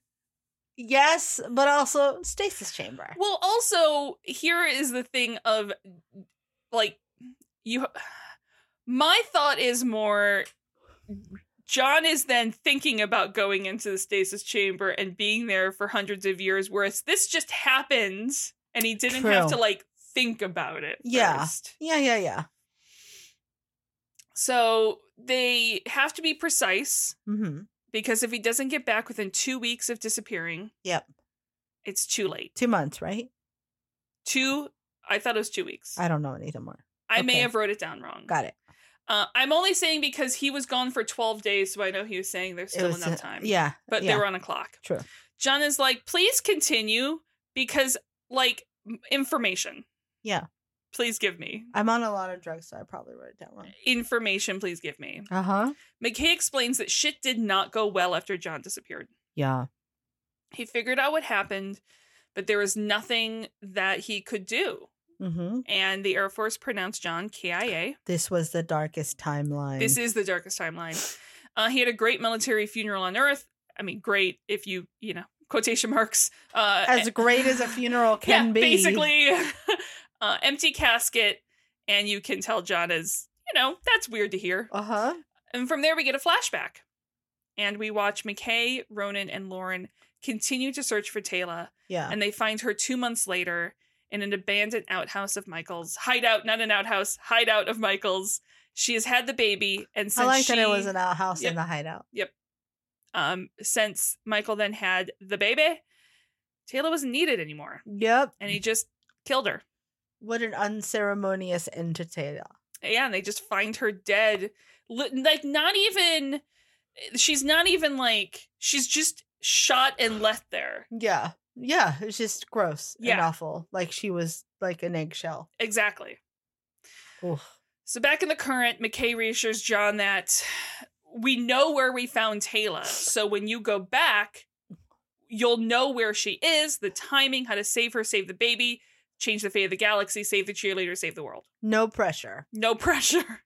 Speaker 3: yes, but also stasis chamber.
Speaker 2: Well, also here is the thing of like you. My thought is more. John is then thinking about going into the stasis chamber and being there for hundreds of years, whereas this just happened and he didn't have
Speaker 3: True.
Speaker 2: to like think about it.
Speaker 3: Yeah.
Speaker 2: first.
Speaker 3: Yeah, yeah, yeah.
Speaker 2: So they have to be precise
Speaker 3: Mm-hmm.
Speaker 2: because if he doesn't get back within two weeks of disappearing,
Speaker 3: Yep.
Speaker 2: it's too late.
Speaker 3: Two months, right?
Speaker 2: Two. I thought it was two weeks. I,
Speaker 3: I don't know anything more.
Speaker 2: may
Speaker 3: okay.
Speaker 2: have wrote it down wrong.
Speaker 3: Got it.
Speaker 2: Uh, I'm only saying because he was gone for 12 days, so I know he was saying there's
Speaker 3: it
Speaker 2: still
Speaker 3: was
Speaker 2: enough
Speaker 3: uh,
Speaker 2: time.
Speaker 3: Yeah,
Speaker 2: But
Speaker 3: yeah,
Speaker 2: they were on a clock.
Speaker 3: true.
Speaker 2: John is like, please continue because, like, m- information.
Speaker 3: Yeah.
Speaker 2: Please give me.
Speaker 3: I'm on a lot of drugs, so I probably wrote it down wrong.
Speaker 2: Information, please give me.
Speaker 3: Uh huh.
Speaker 2: McKay explains that shit did not go well after John disappeared.
Speaker 3: Yeah.
Speaker 2: He figured out what happened, but there was nothing that he could do.
Speaker 3: Mm-hmm.
Speaker 2: And the Air Force pronounced John KIA.
Speaker 3: This was the darkest timeline.
Speaker 2: This is the darkest timeline. Uh, he had a great military funeral on Earth. I mean, great if you you know quotation marks. Uh,
Speaker 3: as great as a funeral can
Speaker 2: yeah,
Speaker 3: be.
Speaker 2: basically uh, empty casket, and you can tell John is you know that's weird to hear.
Speaker 3: Uh huh.
Speaker 2: And from there we get a flashback, and we watch McKay, Ronan, and Lauren continue to search for Taylor,
Speaker 3: Yeah.
Speaker 2: and they find her two months later in an abandoned outhouse of Michael's hideout, not an outhouse, hideout of Michael's. She has had the baby, and since
Speaker 3: I like that it
Speaker 2: she-
Speaker 3: was an outhouse
Speaker 2: Yep.
Speaker 3: in the hideout.
Speaker 2: um, since Michael then had the baby, Taylor wasn't needed anymore,
Speaker 3: Yep.
Speaker 2: and he just killed her.
Speaker 3: What an unceremonious entertainer.
Speaker 2: Yeah, and they just find her dead. Li- Like, not even she's not even like she's just shot and left there.
Speaker 3: Yeah. Yeah. It's just gross and
Speaker 2: Yeah.
Speaker 3: awful. Like she was like an eggshell.
Speaker 2: Exactly.
Speaker 3: Oof.
Speaker 2: So back in the current, McKay reassures John that we know where we found Taylor. So when you go back, you'll know where she is, the timing, how to save her, save the baby, change the fate of the galaxy, save the cheerleader, save the world.
Speaker 3: No pressure.
Speaker 2: No pressure.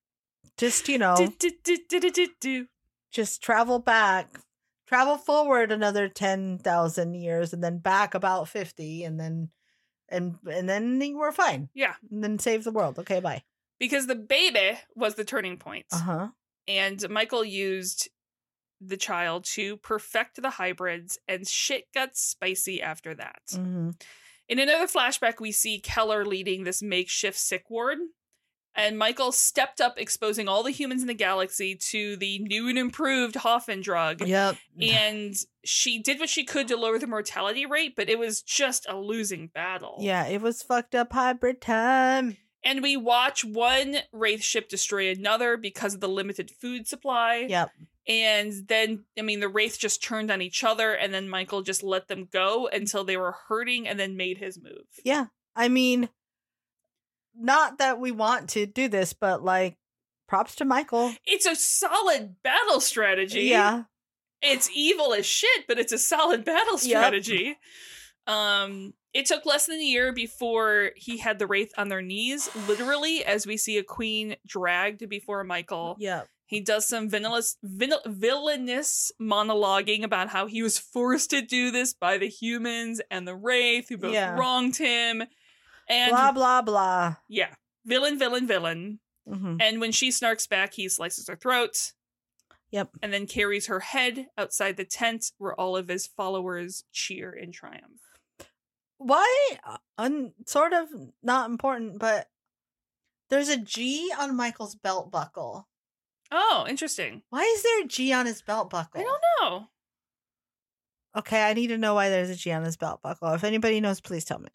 Speaker 3: Just, you know,
Speaker 2: Do, do, do, do, do, do, do.
Speaker 3: just travel back, travel forward another 10,000 years and then back about 50 and then and and then we're fine.
Speaker 2: Yeah.
Speaker 3: And then save the world. Okay, bye.
Speaker 2: Because the baby was the turning point.
Speaker 3: Uh-huh.
Speaker 2: And Michael used the child to perfect the hybrids, and shit got spicy after that.
Speaker 3: Mm-hmm.
Speaker 2: In another flashback, we see Keller leading this makeshift sick ward. And Michael stepped up, exposing all the humans in the galaxy to the new and improved Hoffman drug.
Speaker 3: Yep.
Speaker 2: And she did what she could to lower the mortality rate, but it was just a losing battle.
Speaker 3: Yeah, it was fucked up hybrid time.
Speaker 2: And we watch one Wraith ship destroy another because of the limited food supply.
Speaker 3: Yep.
Speaker 2: And then, I mean, the Wraith just turned on each other, and then Michael just let them go until they were hurting and then made his move.
Speaker 3: Yeah. I mean, not that we want to do this, but like props to Michael.
Speaker 2: It's a solid battle strategy.
Speaker 3: Yeah.
Speaker 2: It's evil as shit, but it's a solid battle strategy. Um it took less than a year before he had the Wraith on their knees, literally, as we see a queen dragged before Michael.
Speaker 3: Yeah.
Speaker 2: He does some villainous, vil- villainous monologuing about how he was forced to do this by the humans and the Wraith, who both
Speaker 3: Yeah.
Speaker 2: wronged him. And
Speaker 3: blah blah blah.
Speaker 2: yeah, villain, villain, villain.
Speaker 3: Mhm.
Speaker 2: And when she snarks back, he slices her throat.
Speaker 3: Yep.
Speaker 2: And then carries her head outside the tent where all of his followers cheer in triumph.
Speaker 3: Why? uh, Un- sort of not important, but there's a G on Michael's belt buckle.
Speaker 2: Oh, interesting.
Speaker 3: Why is there a G on his belt buckle?
Speaker 2: I don't know.
Speaker 3: Okay, I need to know why there's a G on his belt buckle. If anybody knows, please tell me.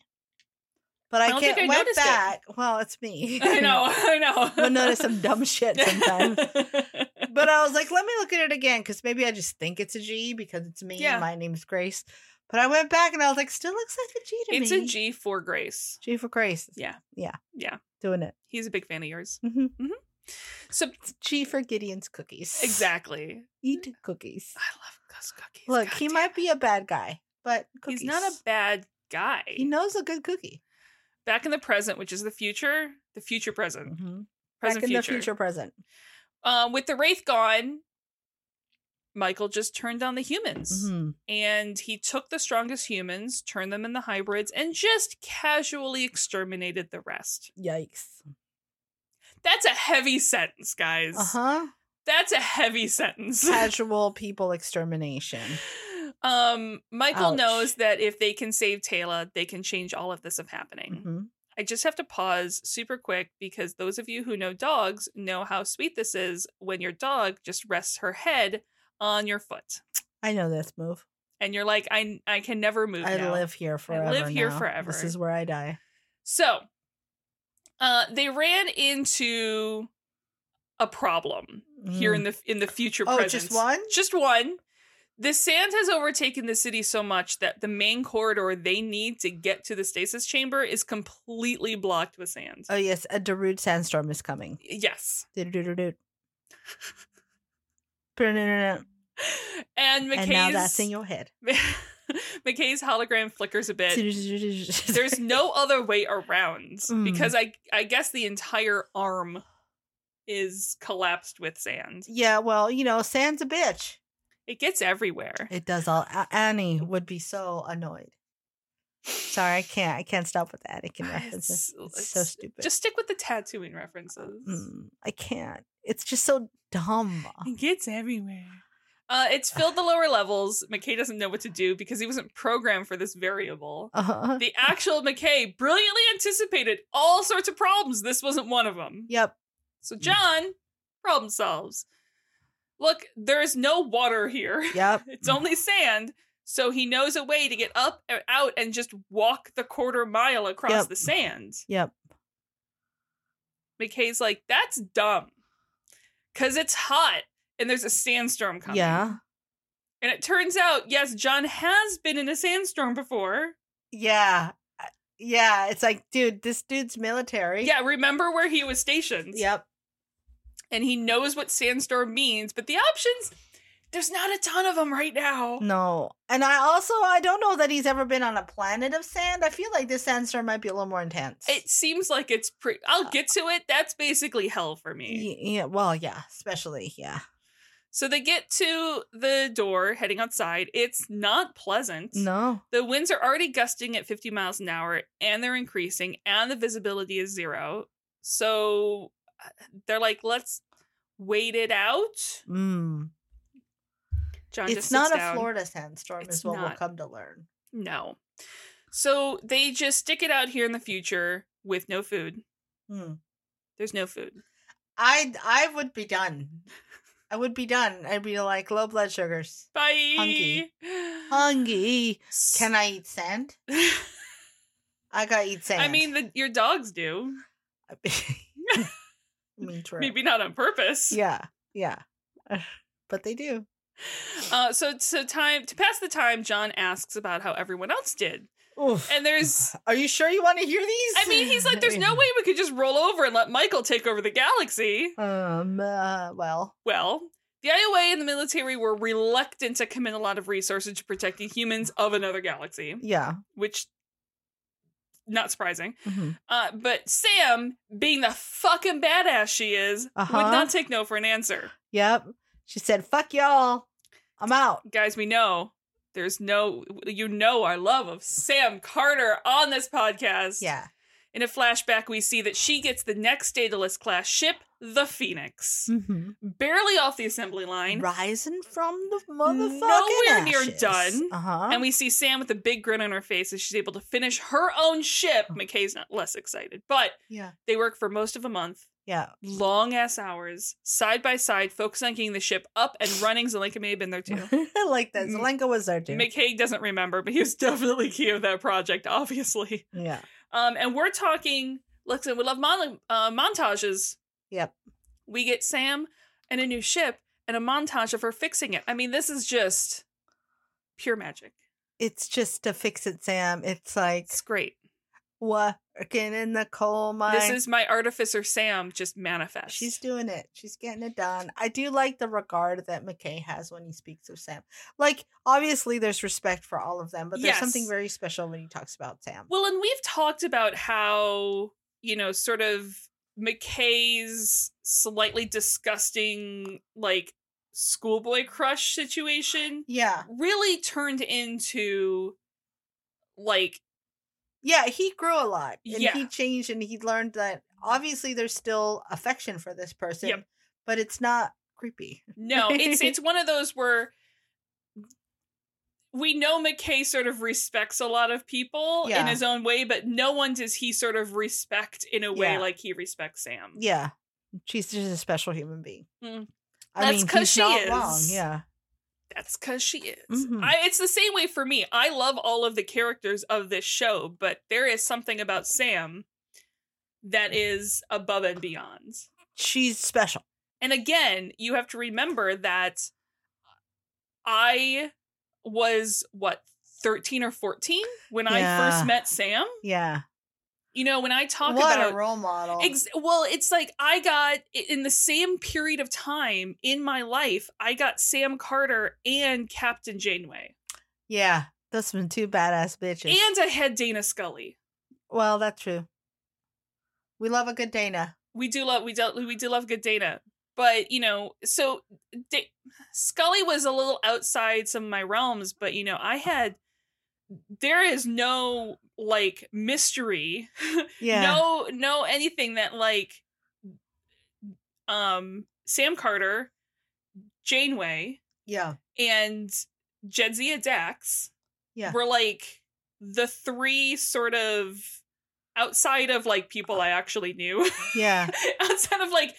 Speaker 3: But I,
Speaker 2: I don't
Speaker 3: can't
Speaker 2: think I
Speaker 3: went
Speaker 2: noticed it.
Speaker 3: back. Well, it's me.
Speaker 2: I know. I know.
Speaker 3: We'll notice some dumb shit sometimes. but I was like, let me look at it again because maybe I just think it's a G because it's me.
Speaker 2: Yeah.
Speaker 3: And my name's Grace. But I went back and I was like, still looks like a G to
Speaker 2: it's
Speaker 3: me.
Speaker 2: a G for Grace.
Speaker 3: G for Grace.
Speaker 2: Yeah.
Speaker 3: Yeah.
Speaker 2: Yeah.
Speaker 3: Doing it.
Speaker 2: He's a big fan of yours. Mm-hmm.
Speaker 3: Mhm.
Speaker 2: So
Speaker 3: It's G for Gideon's cookies.
Speaker 2: exactly.
Speaker 3: Eat cookies.
Speaker 2: I love Gus cookies.
Speaker 3: Look,
Speaker 2: God
Speaker 3: he
Speaker 2: damn
Speaker 3: might
Speaker 2: it.
Speaker 3: be a bad guy, but cookies.
Speaker 2: He's not a bad guy.
Speaker 3: He knows a good cookie.
Speaker 2: Back in the present, which is the future, the future present,
Speaker 3: Mhm.
Speaker 2: Mm-hmm. present
Speaker 3: Back in
Speaker 2: future.
Speaker 3: the future present.
Speaker 2: Um, with the wraith gone, Michael just turned on the humans,
Speaker 3: Mhm.
Speaker 2: and he took the strongest humans, turned them into hybrids, and just casually exterminated the rest.
Speaker 3: Yikes.
Speaker 2: That's a heavy sentence, guys.
Speaker 3: Uh huh.
Speaker 2: That's a heavy sentence.
Speaker 3: Casual people extermination.
Speaker 2: um, Michael
Speaker 3: Ouch.
Speaker 2: knows that if they can save Taylor, they can change all of this of happening.
Speaker 3: Mhm.
Speaker 2: I just have to pause super quick because those of you who know dogs know how sweet this is when your dog just rests her head on your foot.
Speaker 3: I know this move.
Speaker 2: And you're like, I I can never move.
Speaker 3: I
Speaker 2: now.
Speaker 3: live here forever.
Speaker 2: live here
Speaker 3: now.
Speaker 2: forever.
Speaker 3: This is where I die.
Speaker 2: So uh they ran into a problem here in the in the future
Speaker 3: Oh,
Speaker 2: presence.
Speaker 3: just one?
Speaker 2: Just one. The sand has overtaken the city so much that the main corridor they need to get to the stasis chamber is completely blocked with sand.
Speaker 3: Oh yes, a Darude sandstorm is coming.
Speaker 2: yes.
Speaker 3: Do-do-do-do-do. And
Speaker 2: And McKay's
Speaker 3: now that's in your head.
Speaker 2: McKay's hologram flickers a bit. There's
Speaker 3: There's
Speaker 2: no other way around
Speaker 3: Mm.
Speaker 2: because I I guess the entire arm is collapsed with sand.
Speaker 3: Yeah, well, you know, sand's a bitch.
Speaker 2: It gets everywhere.
Speaker 3: It does all. A- Annie would be so annoyed. Sorry, I can't. I can't stop with that. I can reference
Speaker 2: It's-
Speaker 3: it's, it's so
Speaker 2: it's-
Speaker 3: stupid.
Speaker 2: Just stick with the tattooing references.
Speaker 3: Mm, I can't. It's just so dumb.
Speaker 2: It gets everywhere. Uh, it's filled the lower levels. McKay doesn't know what to do because he wasn't programmed for this variable.
Speaker 3: Uh-huh.
Speaker 2: The actual McKay brilliantly anticipated all sorts of problems. This wasn't one of them.
Speaker 3: Yep.
Speaker 2: So John problem solves. Look, there is no water here.
Speaker 3: Yep.
Speaker 2: It's only sand. So he knows a way to get up and out and just walk the quarter mile across
Speaker 3: Yep.
Speaker 2: the sand.
Speaker 3: Yep.
Speaker 2: McKay's like, that's dumb. Cause it's hot and there's a sandstorm coming.
Speaker 3: Yeah.
Speaker 2: And it turns out, yes, John has been in a sandstorm before.
Speaker 3: Yeah. I- Yeah. It's like, dude, this dude's military.
Speaker 2: Yeah, remember where he was stationed.
Speaker 3: Yep.
Speaker 2: and he knows what sandstorm means, but the options there's not a ton of them right now.
Speaker 3: Mm. No. And I also I don't know that he's ever been on a planet of sand. I feel like this sandstorm might be a little more intense.
Speaker 2: It seems like it's pretty. I'll get to it. That's basically hell for me.
Speaker 3: Y- yeah, well, yeah, especially, yeah.
Speaker 2: So they get to the door, heading outside. It's not pleasant.
Speaker 3: No.
Speaker 2: The winds are already gusting at 50 miles an hour and they're increasing, and the visibility is zero. So uh, they're like, let's wait it out.
Speaker 3: Mm.
Speaker 2: John just
Speaker 3: It's not
Speaker 2: sits
Speaker 3: a
Speaker 2: down.
Speaker 3: Florida sandstorm
Speaker 2: It's
Speaker 3: is what we'll
Speaker 2: not.
Speaker 3: come to learn.
Speaker 2: No. So they just stick it out here in the future with no food.
Speaker 3: Hmm.
Speaker 2: There's no food.
Speaker 3: I I would be done. I would be done. I'd be like low blood sugars.
Speaker 2: Bye.
Speaker 3: Hunky. Hungry. Can I eat sand?
Speaker 2: I?
Speaker 3: I gotta eat sand.
Speaker 2: I mean, the, your dogs do.
Speaker 3: I mean, true.
Speaker 2: Maybe not on purpose.
Speaker 3: Yeah, yeah. but they do.
Speaker 2: Uh, so, so time to pass the time. John asks about how everyone else did,
Speaker 3: Oof.
Speaker 2: and there's.
Speaker 3: Are you sure you want to hear these?
Speaker 2: I mean, he's like, there's no way we could just roll over and let Michael take over the galaxy.
Speaker 3: Um. Uh, well.
Speaker 2: Well, the IOA and the military were reluctant to commit a lot of resources to protecting humans of another galaxy,
Speaker 3: Yeah.
Speaker 2: which not surprising.
Speaker 3: Mhm.
Speaker 2: Uh, but Sam, being the fucking badass she is,
Speaker 3: Uh-huh.
Speaker 2: would not take no for an answer.
Speaker 3: Yep. She said, "Fuck y'all. I'm out."
Speaker 2: Guys, we know there's no, you know, our love of Sam Carter on this podcast.
Speaker 3: Yeah.
Speaker 2: In a flashback, we see that she gets the next Daedalus class ship, the Phoenix,
Speaker 3: Mm-hmm.
Speaker 2: barely off the assembly line.
Speaker 3: Rising from the motherfucking
Speaker 2: Nowhere near done.
Speaker 3: Uh huh.
Speaker 2: And we see Sam with a big grin on her face as she's able to finish her own ship. McKay's not less excited, but
Speaker 3: yeah.
Speaker 2: they work for most of a month,
Speaker 3: Yeah.
Speaker 2: long ass hours, side by side, focused on getting the ship up and running. Zelenka may have been there too.
Speaker 3: I like
Speaker 2: Mm-hmm.
Speaker 3: that. Zelenka was there too.
Speaker 2: McKay doesn't remember, but he was definitely key of that project, obviously.
Speaker 3: yeah.
Speaker 2: Um, and we're talking, listen, we love mon- uh, montages.
Speaker 3: Yep.
Speaker 2: We get Sam and a new ship and a montage of her fixing it. I mean, this is just pure magic.
Speaker 3: It's just to fix it, Sam. It's like
Speaker 2: It's great.
Speaker 3: working in the coal mine.
Speaker 2: This is my artificer Sam just manifest.
Speaker 3: She's doing it. She's getting it done. I do like the regard that McKay has when he speaks of Sam. Like, obviously, there's respect for all of them, but there's something
Speaker 2: Yes.
Speaker 3: very special when he talks about Sam.
Speaker 2: well, and we've talked about how you know sort of McKay's slightly disgusting like schoolboy crush situation
Speaker 3: yeah.
Speaker 2: really turned into like
Speaker 3: Yeah, he grew a lot. And
Speaker 2: Yeah.
Speaker 3: he changed and he learned that obviously there's still affection for this person,
Speaker 2: Yep.
Speaker 3: but it's not creepy.
Speaker 2: no, it's it's one of those where we know McKay sort of respects a lot of people in
Speaker 3: Yeah.
Speaker 2: his own way, but no one does he sort of respect in a way
Speaker 3: Yeah.
Speaker 2: like he respects Sam.
Speaker 3: Yeah. She's just a special human being.
Speaker 2: Mm.
Speaker 3: I
Speaker 2: That's
Speaker 3: mean,
Speaker 2: 'cause
Speaker 3: he's
Speaker 2: she
Speaker 3: not wrong.
Speaker 2: is.
Speaker 3: Yeah.
Speaker 2: that's because she is.
Speaker 3: Mhm.
Speaker 2: I, it's the same way for me. I love all of the characters of this show, but there is something about Sam that is above and beyond.
Speaker 3: She's special.
Speaker 2: And again, you have to remember that I was what 13 or 14 when
Speaker 3: Yeah.
Speaker 2: I first met Sam.
Speaker 3: Yeah.
Speaker 2: You know, when I talk
Speaker 3: what
Speaker 2: about
Speaker 3: a role model.
Speaker 2: Ex- well, it's like I got in the same period of time in my life, I got Sam Carter and Captain Janeway.
Speaker 3: yeah. Those have been two badass bitches.
Speaker 2: And I had Dana Scully.
Speaker 3: Well, that's true. We love a good Dana.
Speaker 2: We do love we do we do love good Dana. But, you know, so da- Scully was a little outside some of my realms, but you know, I had there is no like mystery
Speaker 3: Yeah.
Speaker 2: no no anything that like um Sam Carter, Janeway,
Speaker 3: Yeah.
Speaker 2: and Jedzia Dax
Speaker 3: Yeah.
Speaker 2: were like the three sort of outside of like people I actually knew,
Speaker 3: Yeah.
Speaker 2: outside of like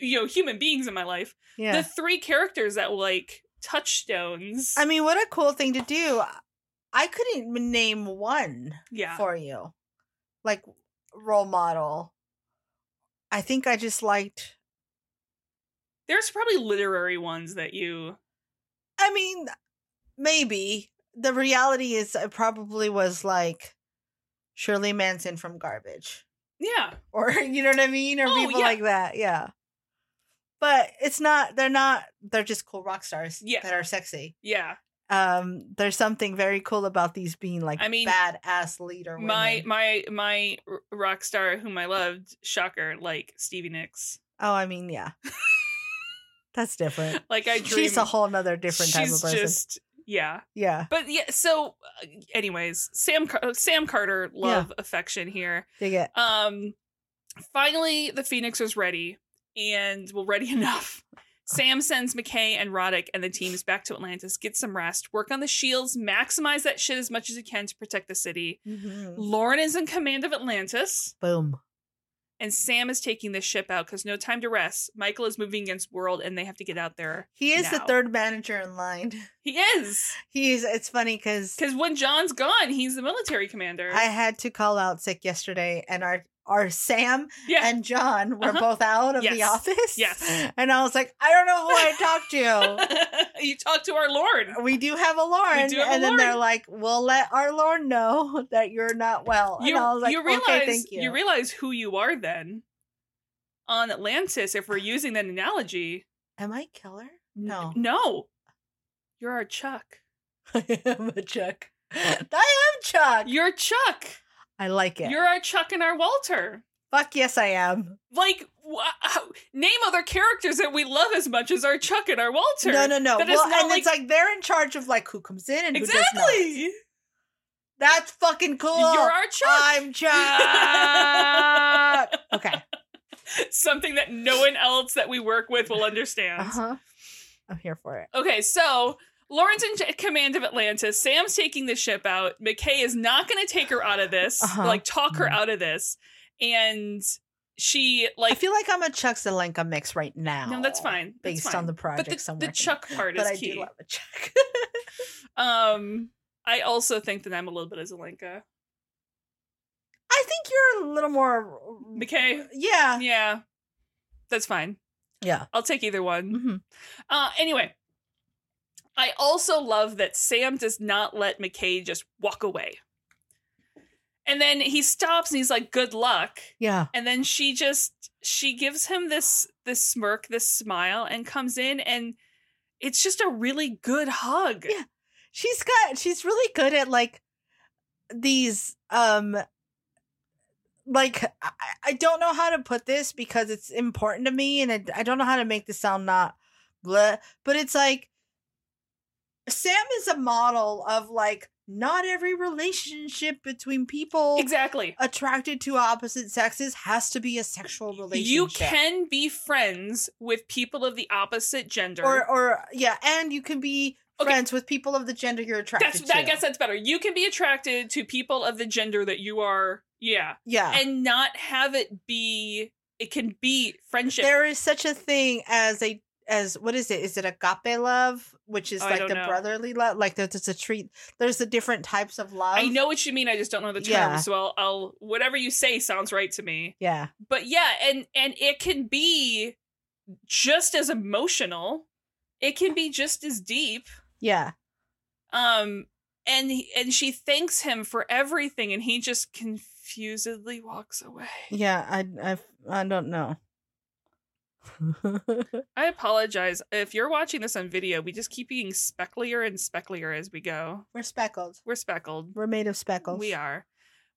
Speaker 2: you know human beings in my life,
Speaker 3: Yeah.
Speaker 2: the three characters that were like touchstones.
Speaker 3: I mean, what a cool thing to do. I couldn't m- name one
Speaker 2: yeah,
Speaker 3: for you, like role model. I think I just liked.
Speaker 2: there's probably literary ones that you
Speaker 3: I mean, maybe the reality is I probably was like Shirley Manson from Garbage,
Speaker 2: yeah
Speaker 3: or you know what I mean, or
Speaker 2: Oh,
Speaker 3: people
Speaker 2: yeah.
Speaker 3: like that. Yeah. but it's not. They're not. They're just cool rock stars.
Speaker 2: Yeah.
Speaker 3: that are sexy.
Speaker 2: Yeah.
Speaker 3: Um, there's something very cool about these being like
Speaker 2: I mean,
Speaker 3: badass leader. Women.
Speaker 2: My my my r- rock star whom I loved, shocker, like Stevie Nicks.
Speaker 3: oh, I mean, yeah, that's different.
Speaker 2: Like I dream
Speaker 3: She's a whole nother different type of
Speaker 2: she's
Speaker 3: person.
Speaker 2: Just, yeah.
Speaker 3: yeah,
Speaker 2: But yeah, so uh, anyways, Sam Car- uh, Sam Carter love affection here.
Speaker 3: dig it.
Speaker 2: Um finally the Phoenix was ready and well ready enough. Sam sends McKay and Roddick and the teams back to Atlantis, get some rest, work on the shields, maximize that shit as much as you can to protect the city. Lauren is in command of Atlantis.
Speaker 3: Boom.
Speaker 2: and Sam is taking this ship out because no time to rest. Michael is moving against world, and they have to get out there.
Speaker 3: He is the
Speaker 2: Now.
Speaker 3: third manager in line.
Speaker 2: He is
Speaker 3: He is. It's funny because
Speaker 2: because when John's gone, he's the military commander.
Speaker 3: I had to call out sick yesterday, and our our Sam
Speaker 2: yeah,
Speaker 3: and John were
Speaker 2: Uh-huh.
Speaker 3: both out of the
Speaker 2: Yes.
Speaker 3: office.
Speaker 2: Yes.
Speaker 3: and I was like, I don't know who I talked to.
Speaker 2: you talk to our Lord.
Speaker 3: We do have a Lauren,
Speaker 2: We do have a
Speaker 3: and then they're
Speaker 2: Lauren.
Speaker 3: like, "We'll let our Lauren know that you're not well."
Speaker 2: You,
Speaker 3: and I was like,
Speaker 2: you realize
Speaker 3: "Okay, thank you."
Speaker 2: you realize who you are then on Atlantis. If we're using that analogy,
Speaker 3: Am I killer? No,
Speaker 2: no, you're our Chuck.
Speaker 3: I am a Chuck. I am Chuck.
Speaker 2: You're Chuck.
Speaker 3: I like it.
Speaker 2: You're our Chuck and our Walter.
Speaker 3: Fuck yes, I am.
Speaker 2: Like, wow. name other characters that we love as much as our Chuck and our Walter.
Speaker 3: No, no, no.
Speaker 2: That is
Speaker 3: well,
Speaker 2: not
Speaker 3: and
Speaker 2: like
Speaker 3: it's like they're in charge of like who comes in and who does not.
Speaker 2: Exactly.
Speaker 3: That's fucking cool.
Speaker 2: You're our Chuck.
Speaker 3: I'm Chuck. okay.
Speaker 2: Something that no one else that we work with will understand.
Speaker 3: Uh-huh. I'm here for it.
Speaker 2: Okay, so Lauren's in ch- command of Atlantis. Sam's taking the ship out. McKay is not going to take her out of this,
Speaker 3: Uh-huh.
Speaker 2: like talk her out of this. And she
Speaker 3: I
Speaker 2: like
Speaker 3: feel like I'm a Chuck Zelenka mix right now.
Speaker 2: no, that's fine. That's
Speaker 3: Based
Speaker 2: fine.
Speaker 3: on the
Speaker 2: but
Speaker 3: project
Speaker 2: the,
Speaker 3: somewhere.
Speaker 2: the Chuck part
Speaker 3: But
Speaker 2: is
Speaker 3: I
Speaker 2: key.
Speaker 3: do love a Chuck.
Speaker 2: um, I also think that I'm a little bit of Zelenka.
Speaker 3: I think you're a little more
Speaker 2: McKay?
Speaker 3: Yeah.
Speaker 2: Yeah, that's fine.
Speaker 3: Yeah.
Speaker 2: I'll take either one.
Speaker 3: Mhm.
Speaker 2: Uh, anyway, I also love that Sam does not let McKay just walk away. And then he stops and he's like, "Good luck."
Speaker 3: Yeah.
Speaker 2: And then she just she gives him this this smirk, this smile, and comes in, and it's just a really good hug.
Speaker 3: Yeah. She's got she's really good at like these um like I, I don't know how to put this because it's important to me and I, I don't know how to make this sound not bleh, but it's like Sam is a model of like not every relationship between people
Speaker 2: Exactly.
Speaker 3: attracted to opposite sexes has to be a sexual relationship.
Speaker 2: You can be friends with people of the opposite gender.
Speaker 3: or or yeah, and you can be
Speaker 2: Okay.
Speaker 3: friends with people of the gender you're attracted
Speaker 2: that's
Speaker 3: to.
Speaker 2: I guess that's better. You can be attracted to people of the gender that you are. Yeah.
Speaker 3: yeah.
Speaker 2: and not have it be it can be friendship.
Speaker 3: there is such a thing as a as what is it? Is it agape love, which is
Speaker 2: Oh, I
Speaker 3: like
Speaker 2: don't
Speaker 3: the
Speaker 2: know.
Speaker 3: brotherly love? Like there's, there's a treat. There's the different types of love.
Speaker 2: I know what you mean. I just don't know the term.
Speaker 3: Yeah.
Speaker 2: So I'll, I'll whatever you say sounds right to me.
Speaker 3: Yeah.
Speaker 2: But yeah, and and it can be just as emotional. It can be just as deep.
Speaker 3: Yeah.
Speaker 2: Um and and she thanks him for everything and he just confusedly walks away.
Speaker 3: Yeah. I I I don't know.
Speaker 2: I apologize if you're watching this on video. We just keep being specklier and specklier as we go.
Speaker 3: We're speckled.
Speaker 2: We're speckled.
Speaker 3: We're made of speckles.
Speaker 2: We are.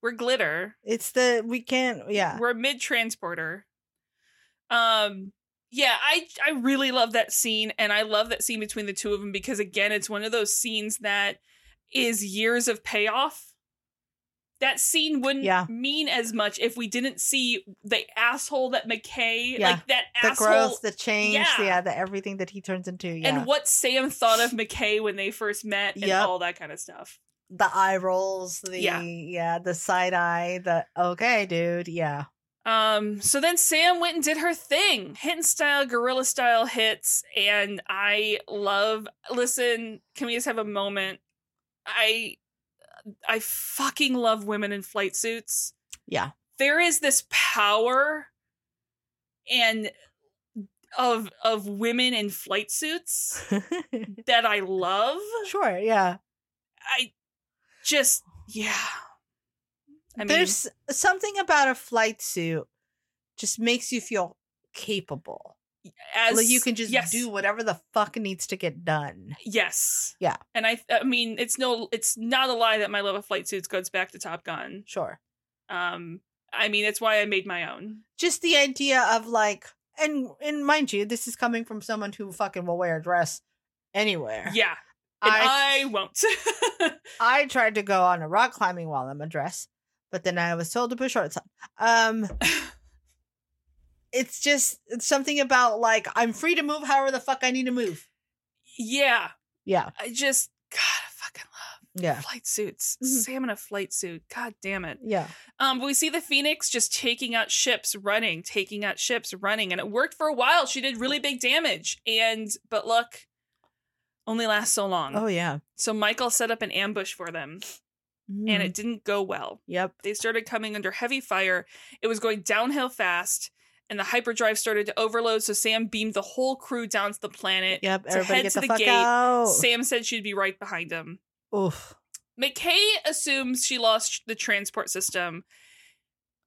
Speaker 2: We're glitter.
Speaker 3: It's the we can't. Yeah.
Speaker 2: We're mid transporter. Um yeah, I I really love that scene and I love that scene between the two of them because again, it's one of those scenes that is years of payoff. That scene wouldn't
Speaker 3: Yeah.
Speaker 2: mean as much if we didn't see the asshole that McKay,
Speaker 3: Yeah.
Speaker 2: like that
Speaker 3: The
Speaker 2: asshole
Speaker 3: growth, the change,
Speaker 2: Yeah.
Speaker 3: yeah. the everything that he turns into. Yeah.
Speaker 2: and what Sam thought of McKay when they first met and
Speaker 3: Yep.
Speaker 2: all that kind of stuff.
Speaker 3: the eye rolls. The
Speaker 2: Yeah.
Speaker 3: yeah. The side eye. The okay, dude. Yeah.
Speaker 2: Um, so then Sam went and did her thing, hitting style, gorilla style hits, and I love. Listen, can we just have a moment? I, I fucking love women in flight suits.
Speaker 3: Yeah.
Speaker 2: There is this power, and of of women in flight suits that I love.
Speaker 3: sure. Yeah.
Speaker 2: I just yeah. I mean,
Speaker 3: There's something about a flight suit just makes you feel capable.
Speaker 2: as
Speaker 3: like you can just
Speaker 2: yes.
Speaker 3: do whatever the fuck needs to get done.
Speaker 2: Yes.
Speaker 3: Yeah.
Speaker 2: And I I mean it's no it's not a lie that my love of flight suits goes back to Top Gun.
Speaker 3: Sure.
Speaker 2: Um I mean it's why I made my own.
Speaker 3: Just the idea of like and and mind you, this is coming from someone who fucking will wear a dress anywhere.
Speaker 2: Yeah. And
Speaker 3: I
Speaker 2: I, won't.
Speaker 3: I tried to go on a rock climbing wall in my dress, but then I was told to put shorts on. Um it's just it's something about like I'm free to move however the fuck I need to move.
Speaker 2: yeah.
Speaker 3: Yeah.
Speaker 2: I just God I fucking
Speaker 3: Yeah.
Speaker 2: love flight suits.
Speaker 3: Mhm.
Speaker 2: Sam in a flight suit. God damn it.
Speaker 3: Yeah.
Speaker 2: Um, but we see the Phoenix just taking out ships, running, taking out ships, running, and it worked for a while. She did really big damage, and but luck only lasts so long.
Speaker 3: Oh yeah.
Speaker 2: So Michael set up an ambush for them,
Speaker 3: Mm-hmm.
Speaker 2: and it didn't go well.
Speaker 3: Yep.
Speaker 2: They started coming under heavy fire. It was going downhill fast, and the hyperdrive started to overload. So Sam beamed the whole crew down to the planet.
Speaker 3: Yep.
Speaker 2: to
Speaker 3: Everybody
Speaker 2: head
Speaker 3: get
Speaker 2: to
Speaker 3: the,
Speaker 2: the
Speaker 3: fuck
Speaker 2: gate,
Speaker 3: out.
Speaker 2: Sam said she'd be right behind him.
Speaker 3: Oof.
Speaker 2: McKay assumes she lost the transport system.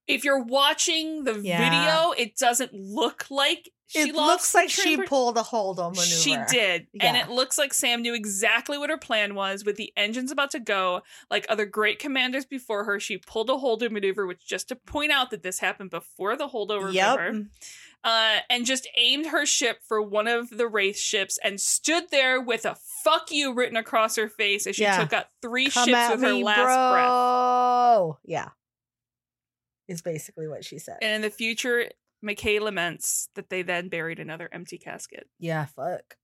Speaker 2: If you're watching the
Speaker 3: Yeah.
Speaker 2: video, it doesn't look like she
Speaker 3: it
Speaker 2: lost
Speaker 3: looks
Speaker 2: the
Speaker 3: like she
Speaker 2: transport-
Speaker 3: pulled a hold on maneuver.
Speaker 2: She did. And
Speaker 3: Yeah.
Speaker 2: it looks like Sam knew exactly what her plan was. With the engines about to go, like other great commanders before her, she pulled a holdover maneuver, which just to point out that this happened before the holdover maneuver
Speaker 3: Yep. Mm,
Speaker 2: uh, and just aimed her ship for one of the Wraith ships and stood there with a fuck you written across her face as she
Speaker 3: Yeah.
Speaker 2: took out three
Speaker 3: Come
Speaker 2: ships
Speaker 3: at
Speaker 2: with her
Speaker 3: me,
Speaker 2: last breath.
Speaker 3: bro. Yeah. Is basically what she said.
Speaker 2: And in the future, McKay laments that they then buried another empty casket.
Speaker 3: yeah. Fuck.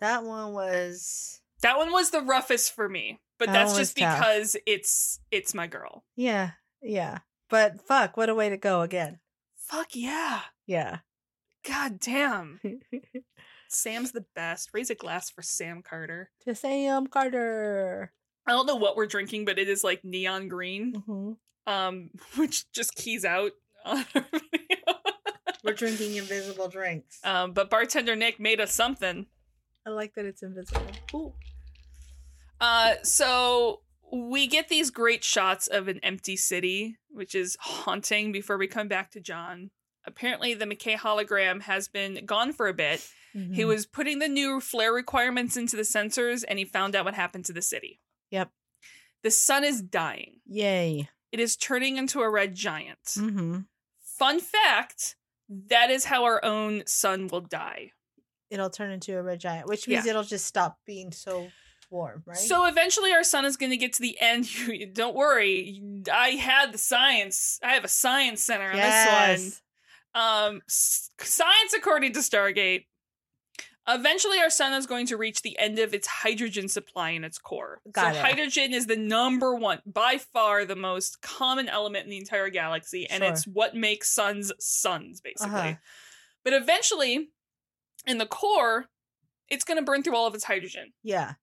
Speaker 3: That one was.
Speaker 2: That one was the roughest for me, but
Speaker 3: That
Speaker 2: that's
Speaker 3: one
Speaker 2: just
Speaker 3: was tough.
Speaker 2: because it's it's my girl.
Speaker 3: Yeah. Yeah. But fuck, what a way to go again.
Speaker 2: Fuck yeah.
Speaker 3: Yeah.
Speaker 2: God damn. Sam's the best. Raise a glass for Sam Carter.
Speaker 3: to Sam Carter.
Speaker 2: I don't know what we're drinking, but it is like neon green.
Speaker 3: hmm
Speaker 2: um, which just keys out on our video.
Speaker 3: We're drinking invisible drinks.
Speaker 2: um, but bartender Nick made us something.
Speaker 3: I like that it's invisible. Ooh.
Speaker 2: Uh, so we get these great shots of an empty city, which is haunting. Before we come back to John, apparently the McKay hologram has been gone for a bit.
Speaker 3: Mm-hmm. Mm.
Speaker 2: He was putting the new flare requirements into the sensors, and he found out what happened to the city.
Speaker 3: Yep.
Speaker 2: The sun is dying.
Speaker 3: Yay.
Speaker 2: It is turning into a red giant.
Speaker 3: Mm-hmm.
Speaker 2: Fun fact that is how our own sun will die.
Speaker 3: It'll turn into a red giant, which means it'll just stop being so warm, right?
Speaker 2: So eventually our sun is going to get to the end. You- Don't worry. I had the science. I have a science center on this
Speaker 3: yes.
Speaker 2: one. Um s- science according to Stargate. Eventually our sun is going to reach the end of its hydrogen supply in its core.
Speaker 3: Got
Speaker 2: so
Speaker 3: it.
Speaker 2: hydrogen is the number one by far the most common element in the entire galaxy and
Speaker 3: Sure.
Speaker 2: it's what makes suns suns basically.
Speaker 3: Uh-huh.
Speaker 2: But eventually, in the core, it's going to burn through all of its hydrogen.
Speaker 3: Yeah.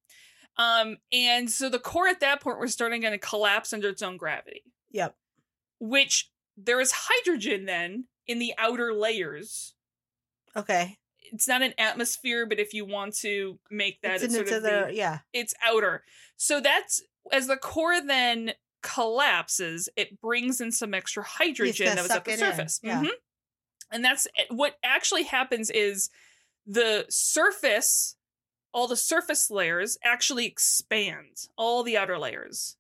Speaker 2: Um, and so the core at that point was starting going to collapse under its own gravity,
Speaker 3: Yep.
Speaker 2: which there is hydrogen then in the outer layers.
Speaker 3: Okay.
Speaker 2: It's not an atmosphere, but if you want to make that,
Speaker 3: It's
Speaker 2: it's,
Speaker 3: in
Speaker 2: sort
Speaker 3: its
Speaker 2: of the-
Speaker 3: other, yeah.
Speaker 2: it's outer. So that's as the core then collapses, it brings in some extra hydrogen
Speaker 3: gotta
Speaker 2: that was at
Speaker 3: suck
Speaker 2: the
Speaker 3: it in,
Speaker 2: surface.
Speaker 3: yeah.
Speaker 2: Mhm. And that's eh, what actually happens is the surface, all the surface layers actually expand, all the outer layers.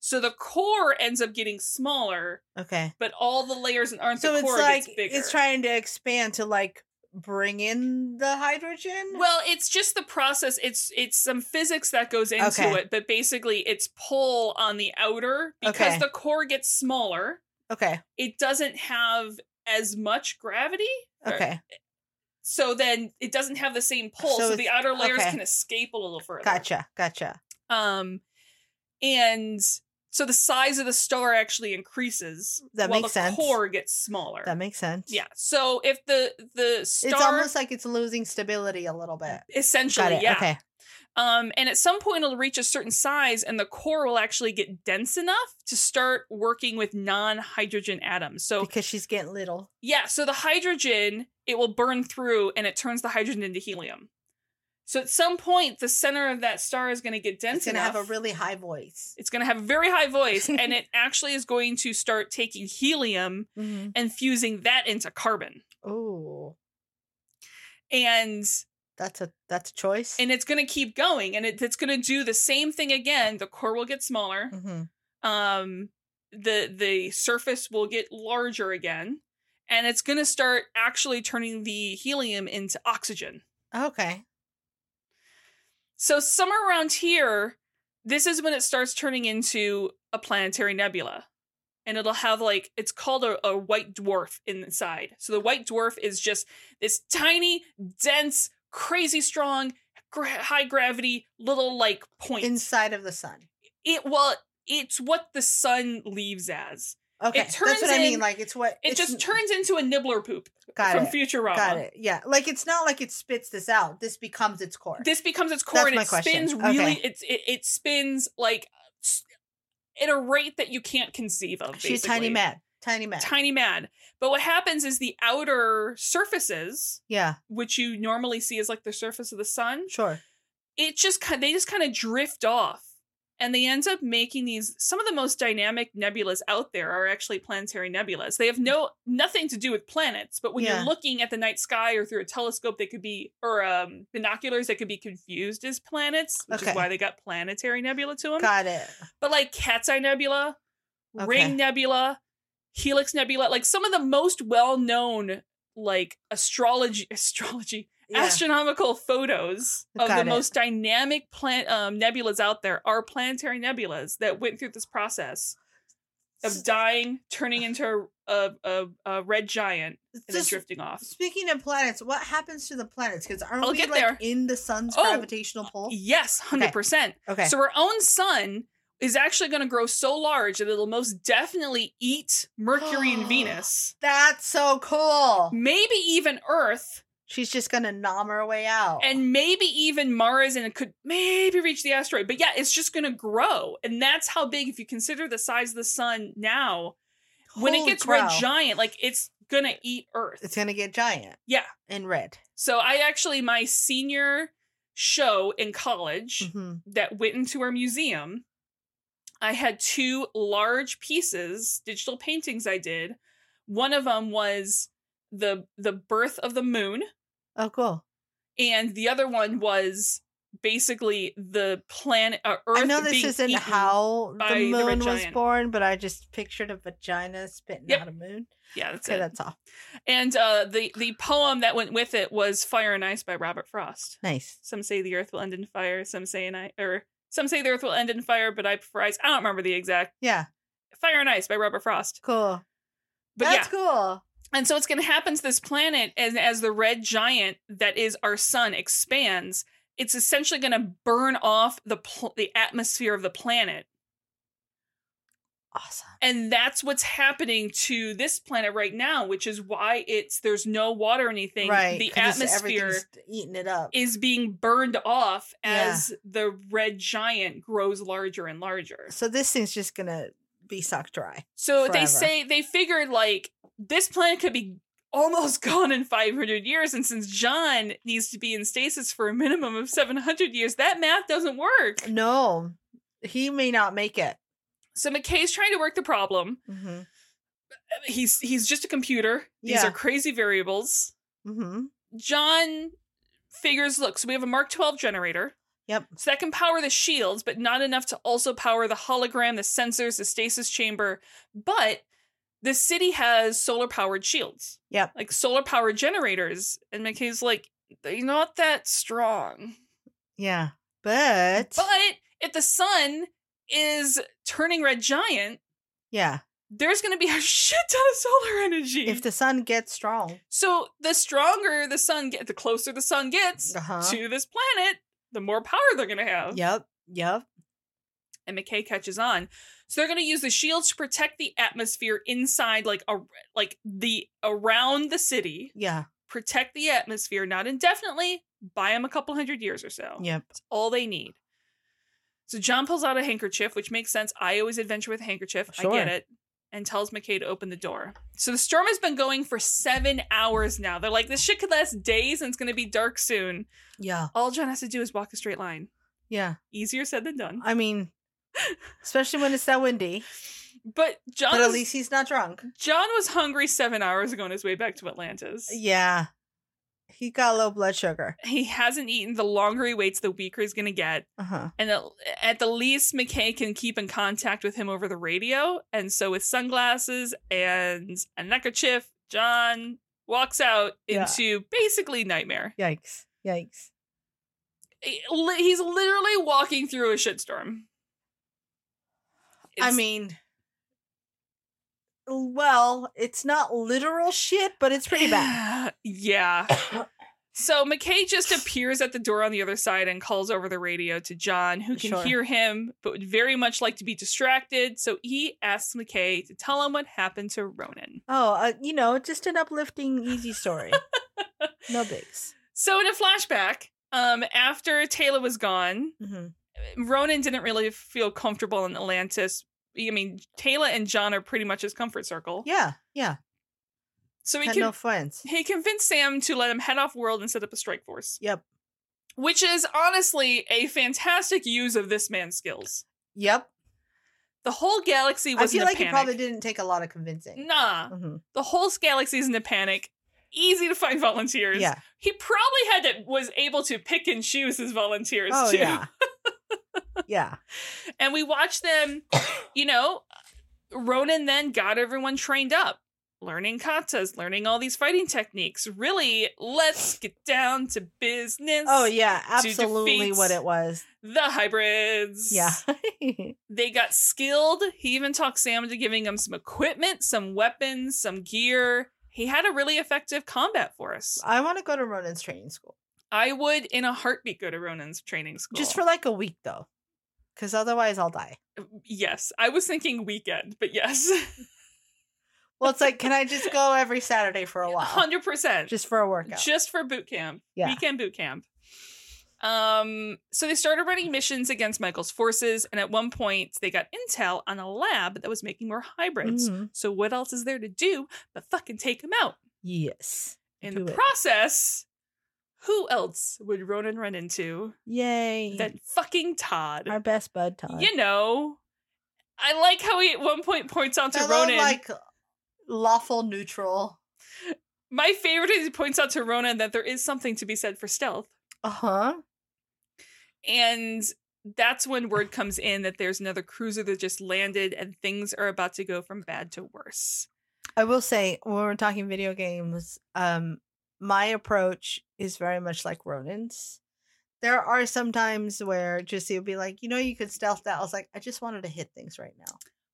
Speaker 2: So the core ends up getting smaller,
Speaker 3: Okay.
Speaker 2: but all the layers that aren't
Speaker 3: So
Speaker 2: the
Speaker 3: it's
Speaker 2: core
Speaker 3: like
Speaker 2: gets bigger.
Speaker 3: it's trying to expand to like bring in the hydrogen.
Speaker 2: Well, it's just the process. It's it's some physics that goes into
Speaker 3: Okay.
Speaker 2: it, but basically it's pull on the outer because
Speaker 3: Okay.
Speaker 2: the core gets smaller.
Speaker 3: okay.
Speaker 2: It doesn't have as much gravity, or-
Speaker 3: Okay.
Speaker 2: so then it doesn't have the same pull.
Speaker 3: So
Speaker 2: So, the
Speaker 3: it's-
Speaker 2: outer layers
Speaker 3: okay.
Speaker 2: can escape a little further.
Speaker 3: Gotcha. Gotcha.
Speaker 2: Um, and so the size of the star actually increases.
Speaker 3: That
Speaker 2: while
Speaker 3: makes
Speaker 2: the
Speaker 3: sense.
Speaker 2: Core gets smaller.
Speaker 3: That makes sense.
Speaker 2: yeah. So if the the star
Speaker 3: It's almost like it's losing stability a little bit.
Speaker 2: essentially,
Speaker 3: Got it.
Speaker 2: yeah.
Speaker 3: Okay.
Speaker 2: Um, and at some point, it'll reach a certain size, and the core will actually get dense enough to start working with non hydrogen atoms. So,
Speaker 3: Because she's getting little.
Speaker 2: yeah, so the hydrogen, it will burn through and it turns the hydrogen into helium. So, at some point, the center of that star is going to get dense
Speaker 3: It's gonna
Speaker 2: enough.
Speaker 3: have a really high voice.
Speaker 2: it's going to have a very high voice, and it actually is
Speaker 3: Mm-hmm.
Speaker 2: going to start taking helium and fusing that into carbon.
Speaker 3: Oh,
Speaker 2: and
Speaker 3: That's a that's a choice.
Speaker 2: and it's going to keep going and it, it's going to do the same thing again the core will get smaller
Speaker 3: Mhm.
Speaker 2: um the the surface will get larger again and it's going to start actually turning the helium into oxygen
Speaker 3: Okay.
Speaker 2: so somewhere around here this is when it starts turning into a planetary nebula and it'll have like it's called a, a white dwarf inside so the white dwarf is just this tiny dense crazy strong gra- high gravity little like point
Speaker 3: Inside of the sun.
Speaker 2: it well it's what the sun leaves as
Speaker 3: Okay.
Speaker 2: turns
Speaker 3: that's what I mean.
Speaker 2: in-
Speaker 3: Like it's what
Speaker 2: it
Speaker 3: it's
Speaker 2: just turns into a nibbler poop
Speaker 3: got
Speaker 2: from
Speaker 3: it.
Speaker 2: Futurama.
Speaker 3: Got it. Yeah. Like it's not like it spits this out. This becomes its core.
Speaker 2: This becomes its core
Speaker 3: That's
Speaker 2: and
Speaker 3: my
Speaker 2: it spins
Speaker 3: question.
Speaker 2: really
Speaker 3: Okay.
Speaker 2: it's it, it spins like s- at a rate that you can't conceive of.
Speaker 3: She's tiny
Speaker 2: basically.
Speaker 3: mad. Tiny mad.
Speaker 2: Tiny mad. But what happens is the outer surfaces,
Speaker 3: yeah.
Speaker 2: which you normally see as like the surface of the sun,
Speaker 3: Sure.
Speaker 2: it just kind they just kind of drift off. And they end up making these some of the most dynamic nebulas out there are actually planetary nebulas. They have no nothing to do with planets, but when
Speaker 3: Mm. Yeah.
Speaker 2: you're looking at the night sky or through a telescope, they could be or um, binoculars that could be confused as planets, which
Speaker 3: Okay.
Speaker 2: is why they got planetary nebula to them.
Speaker 3: Got it.
Speaker 2: But like Cat's Eye Nebula,
Speaker 3: Okay.
Speaker 2: Ring Nebula, Helix Nebula, like some of the most well-known like astrology astrology
Speaker 3: Yeah.
Speaker 2: astronomical photos of
Speaker 3: Got
Speaker 2: the
Speaker 3: it.
Speaker 2: most dynamic plant um, nebulas out there are planetary nebulas that went through this process of dying, turning into a, a, a, a red giant, and then
Speaker 3: Just-
Speaker 2: drifting off.
Speaker 3: Speaking of planets, what happens to the planets? Because aren't
Speaker 2: I'll
Speaker 3: we
Speaker 2: get
Speaker 3: like
Speaker 2: there.
Speaker 3: in the sun's
Speaker 2: Oh.
Speaker 3: gravitational pull?
Speaker 2: Yes, hundred percent.
Speaker 3: Okay.
Speaker 2: So our own sun is actually going to grow so large that it'll most definitely eat Mercury and Venus,
Speaker 3: That's so cool.
Speaker 2: maybe even Earth,
Speaker 3: She's just gonna nom her way out.
Speaker 2: and maybe even Mars, and it could maybe reach the asteroid. But yeah, it's just going to grow, and that's how big. If you consider the size of the sun now, when it
Speaker 3: Holy
Speaker 2: gets
Speaker 3: crow.
Speaker 2: red giant, like it's going to eat Earth.
Speaker 3: it's gonna get giant.
Speaker 2: Yeah.
Speaker 3: And red.
Speaker 2: so I actually my senior show in college.
Speaker 3: hmm
Speaker 2: that went into our museum, I had two large pieces, digital paintings I did. One of them was the the birth of the moon,
Speaker 3: Oh, cool.
Speaker 2: and the other one was basically the planet uh, Earth.
Speaker 3: I know this
Speaker 2: being
Speaker 3: isn't
Speaker 2: eaten.
Speaker 3: how
Speaker 2: by
Speaker 3: the
Speaker 2: the red
Speaker 3: moon was
Speaker 2: giant.
Speaker 3: born, but I just pictured a vagina spitting
Speaker 2: Yep.
Speaker 3: out a moon.
Speaker 2: Yeah, that's
Speaker 3: Okay,
Speaker 2: it.
Speaker 3: that's all.
Speaker 2: and uh, the the poem that went with it was "Fire and Ice" by Robert Frost.
Speaker 3: Nice.
Speaker 2: Some say the earth will end in fire. Some say in I or some say the earth will end in fire, but I prefer ice. I don't remember the exact
Speaker 3: Yeah.
Speaker 2: "Fire and Ice" by Robert Frost.
Speaker 3: Cool.
Speaker 2: But yeah,
Speaker 3: that's cool.
Speaker 2: And so it's going to happen to this planet as, as the red giant that is our sun expands. It's essentially going to burn off the pl- the atmosphere of the planet,
Speaker 3: Awesome.
Speaker 2: and that's what's happening to this planet right now, which is why it's there's no water or anything.
Speaker 3: right.
Speaker 2: the
Speaker 3: 'cause it's-
Speaker 2: atmosphere
Speaker 3: everything's eating it up.
Speaker 2: is being burned off
Speaker 3: Yeah.
Speaker 2: as the red giant grows larger and larger.
Speaker 3: so this thing's just gonna be sucked dry.
Speaker 2: So they
Speaker 3: Forever.
Speaker 2: say they figured like this planet could be almost gone in 500 years and since John needs to be in stasis for a minimum of 700 years that math doesn't work.
Speaker 3: No, he may not make it.
Speaker 2: So McKay's trying to work the problem.
Speaker 3: hmm
Speaker 2: He's he's just a computer. These
Speaker 3: Yeah.
Speaker 2: are crazy variables.
Speaker 3: hmm
Speaker 2: John figures look, so we have a Mark 12 generator.
Speaker 3: Yep.
Speaker 2: So that can power the shields, but not enough to also power the hologram, the sensors, the stasis chamber. But the city has solar powered shields.
Speaker 3: Yep.
Speaker 2: Like solar powered generators. And McKay's like, they're not that strong.
Speaker 3: Yeah. But,
Speaker 2: But if the sun is turning red giant,
Speaker 3: yeah,
Speaker 2: there's going to be a shit ton of solar energy.
Speaker 3: if the sun gets strong,
Speaker 2: so the stronger the sun gets, the closer the sun gets
Speaker 3: Uh-huh.
Speaker 2: to this planet, the more power they're going to have.
Speaker 3: yep, yep,
Speaker 2: and McKay catches on. So they're going to use the shields to protect the atmosphere inside, like a like the around the city,
Speaker 3: yeah,
Speaker 2: protect the atmosphere, not indefinitely. Buy them a couple hundred years or so.
Speaker 3: yep.
Speaker 2: That's all they need. So John pulls out a handkerchief, which makes sense. I always adventure with a handkerchief. I
Speaker 3: Sure.
Speaker 2: get it. And tells McKay to open the door. So the storm has been going for seven hours now. They're like, this shit could last days and it's going to be dark soon.
Speaker 3: Yeah,
Speaker 2: All John has to do is walk a straight line.
Speaker 3: yeah.
Speaker 2: Easier said than done.
Speaker 3: I mean, especially when it's that windy.
Speaker 2: But John
Speaker 3: But at
Speaker 2: is-
Speaker 3: least he's not drunk.
Speaker 2: John was hungry seven hours ago on his way back to Atlantis.
Speaker 3: Yeah. He got low blood sugar.
Speaker 2: He hasn't eaten. The longer he waits, the weaker he's gonna get.
Speaker 3: Uh huh.
Speaker 2: And at- at the least, McKay can keep in contact with him over the radio. And so, with sunglasses and a neckerchief, John walks out
Speaker 3: Yeah.
Speaker 2: into basically nightmare.
Speaker 3: Yikes. Yikes.
Speaker 2: He- li- He's literally walking through a shitstorm.
Speaker 3: I
Speaker 2: It's-
Speaker 3: mean, well, it's not literal shit, but it's pretty bad.
Speaker 2: yeah. So McKay just appears at the door on the other side and calls over the radio to John, who can
Speaker 3: Sure.
Speaker 2: hear him, but would very much like to be distracted. So he asks McKay to tell him what happened to Ronan.
Speaker 3: Oh, uh, you know, just an uplifting, easy story. no bigs.
Speaker 2: So in a flashback, um, after Taylor was gone,
Speaker 3: Mm-hmm.
Speaker 2: Ronan didn't really feel comfortable in Atlantis. I mean, Taylor and John are pretty much his comfort circle.
Speaker 3: Yeah, yeah.
Speaker 2: So he
Speaker 3: Had
Speaker 2: can
Speaker 3: no friends.
Speaker 2: he convinced Sam to let him head off world and set up a strike force.
Speaker 3: Yep.
Speaker 2: Which is honestly a fantastic use of this man's skills.
Speaker 3: Yep.
Speaker 2: The whole galaxy
Speaker 3: I
Speaker 2: was
Speaker 3: feel
Speaker 2: in a
Speaker 3: like
Speaker 2: panic.
Speaker 3: it probably didn't take a lot of convincing.
Speaker 2: Nah,
Speaker 3: Mhm.
Speaker 2: the whole galaxy's in a panic. Easy to find volunteers.
Speaker 3: Yeah.
Speaker 2: He probably had to was able to pick and choose his volunteers
Speaker 3: Oh
Speaker 2: too.
Speaker 3: yeah. yeah.
Speaker 2: And we watched them, you know, Ronan then got everyone trained up, learning katas, learning all these fighting techniques. Really, let's get down to business.
Speaker 3: Oh yeah. Absolutely.
Speaker 2: defeat-
Speaker 3: What it was.
Speaker 2: the hybrids.
Speaker 3: Yeah.
Speaker 2: They got skilled. He even talked Sam into giving him some equipment, some weapons, some gear. He had a really effective combat force.
Speaker 3: I want to go to Ronan's training school
Speaker 2: I would, in a heartbeat, go to Ronan's training school.
Speaker 3: just for like a week though, because otherwise I'll die.
Speaker 2: yes, I was thinking weekend, but yes,
Speaker 3: Well, it's like, can I just go every Saturday for a while,
Speaker 2: hundred percent,
Speaker 3: Oh. just for a workout?
Speaker 2: just for boot camp,
Speaker 3: Yeah.
Speaker 2: weekend boot camp. Um, so they started running missions against Michael's forces, and at one point they got intel on a lab that was making more hybrids.
Speaker 3: Mhm.
Speaker 2: So what else is there to do but fucking take them out?
Speaker 3: Yes.
Speaker 2: In
Speaker 3: Do
Speaker 2: the
Speaker 3: it.
Speaker 2: process, who else would Ronan run into
Speaker 3: Yay.
Speaker 2: than fucking Todd?
Speaker 3: Our best bud Todd.
Speaker 2: You know, I like how he at one point points out to
Speaker 3: I love,
Speaker 2: Ronan.
Speaker 3: like lawful neutral.
Speaker 2: My favorite is he points out to Ronan that there is something to be said for stealth,
Speaker 3: Uh
Speaker 2: Uh-huh.
Speaker 3: huh.
Speaker 2: and that's when word comes in that there's another cruiser that just landed and things are about to go from bad to worse.
Speaker 3: I will say when we're talking video games, um, my approach is very much like Ronan's. There are some times where just it would be like, you know, you could stealth that. I was like, I just wanted to hit things right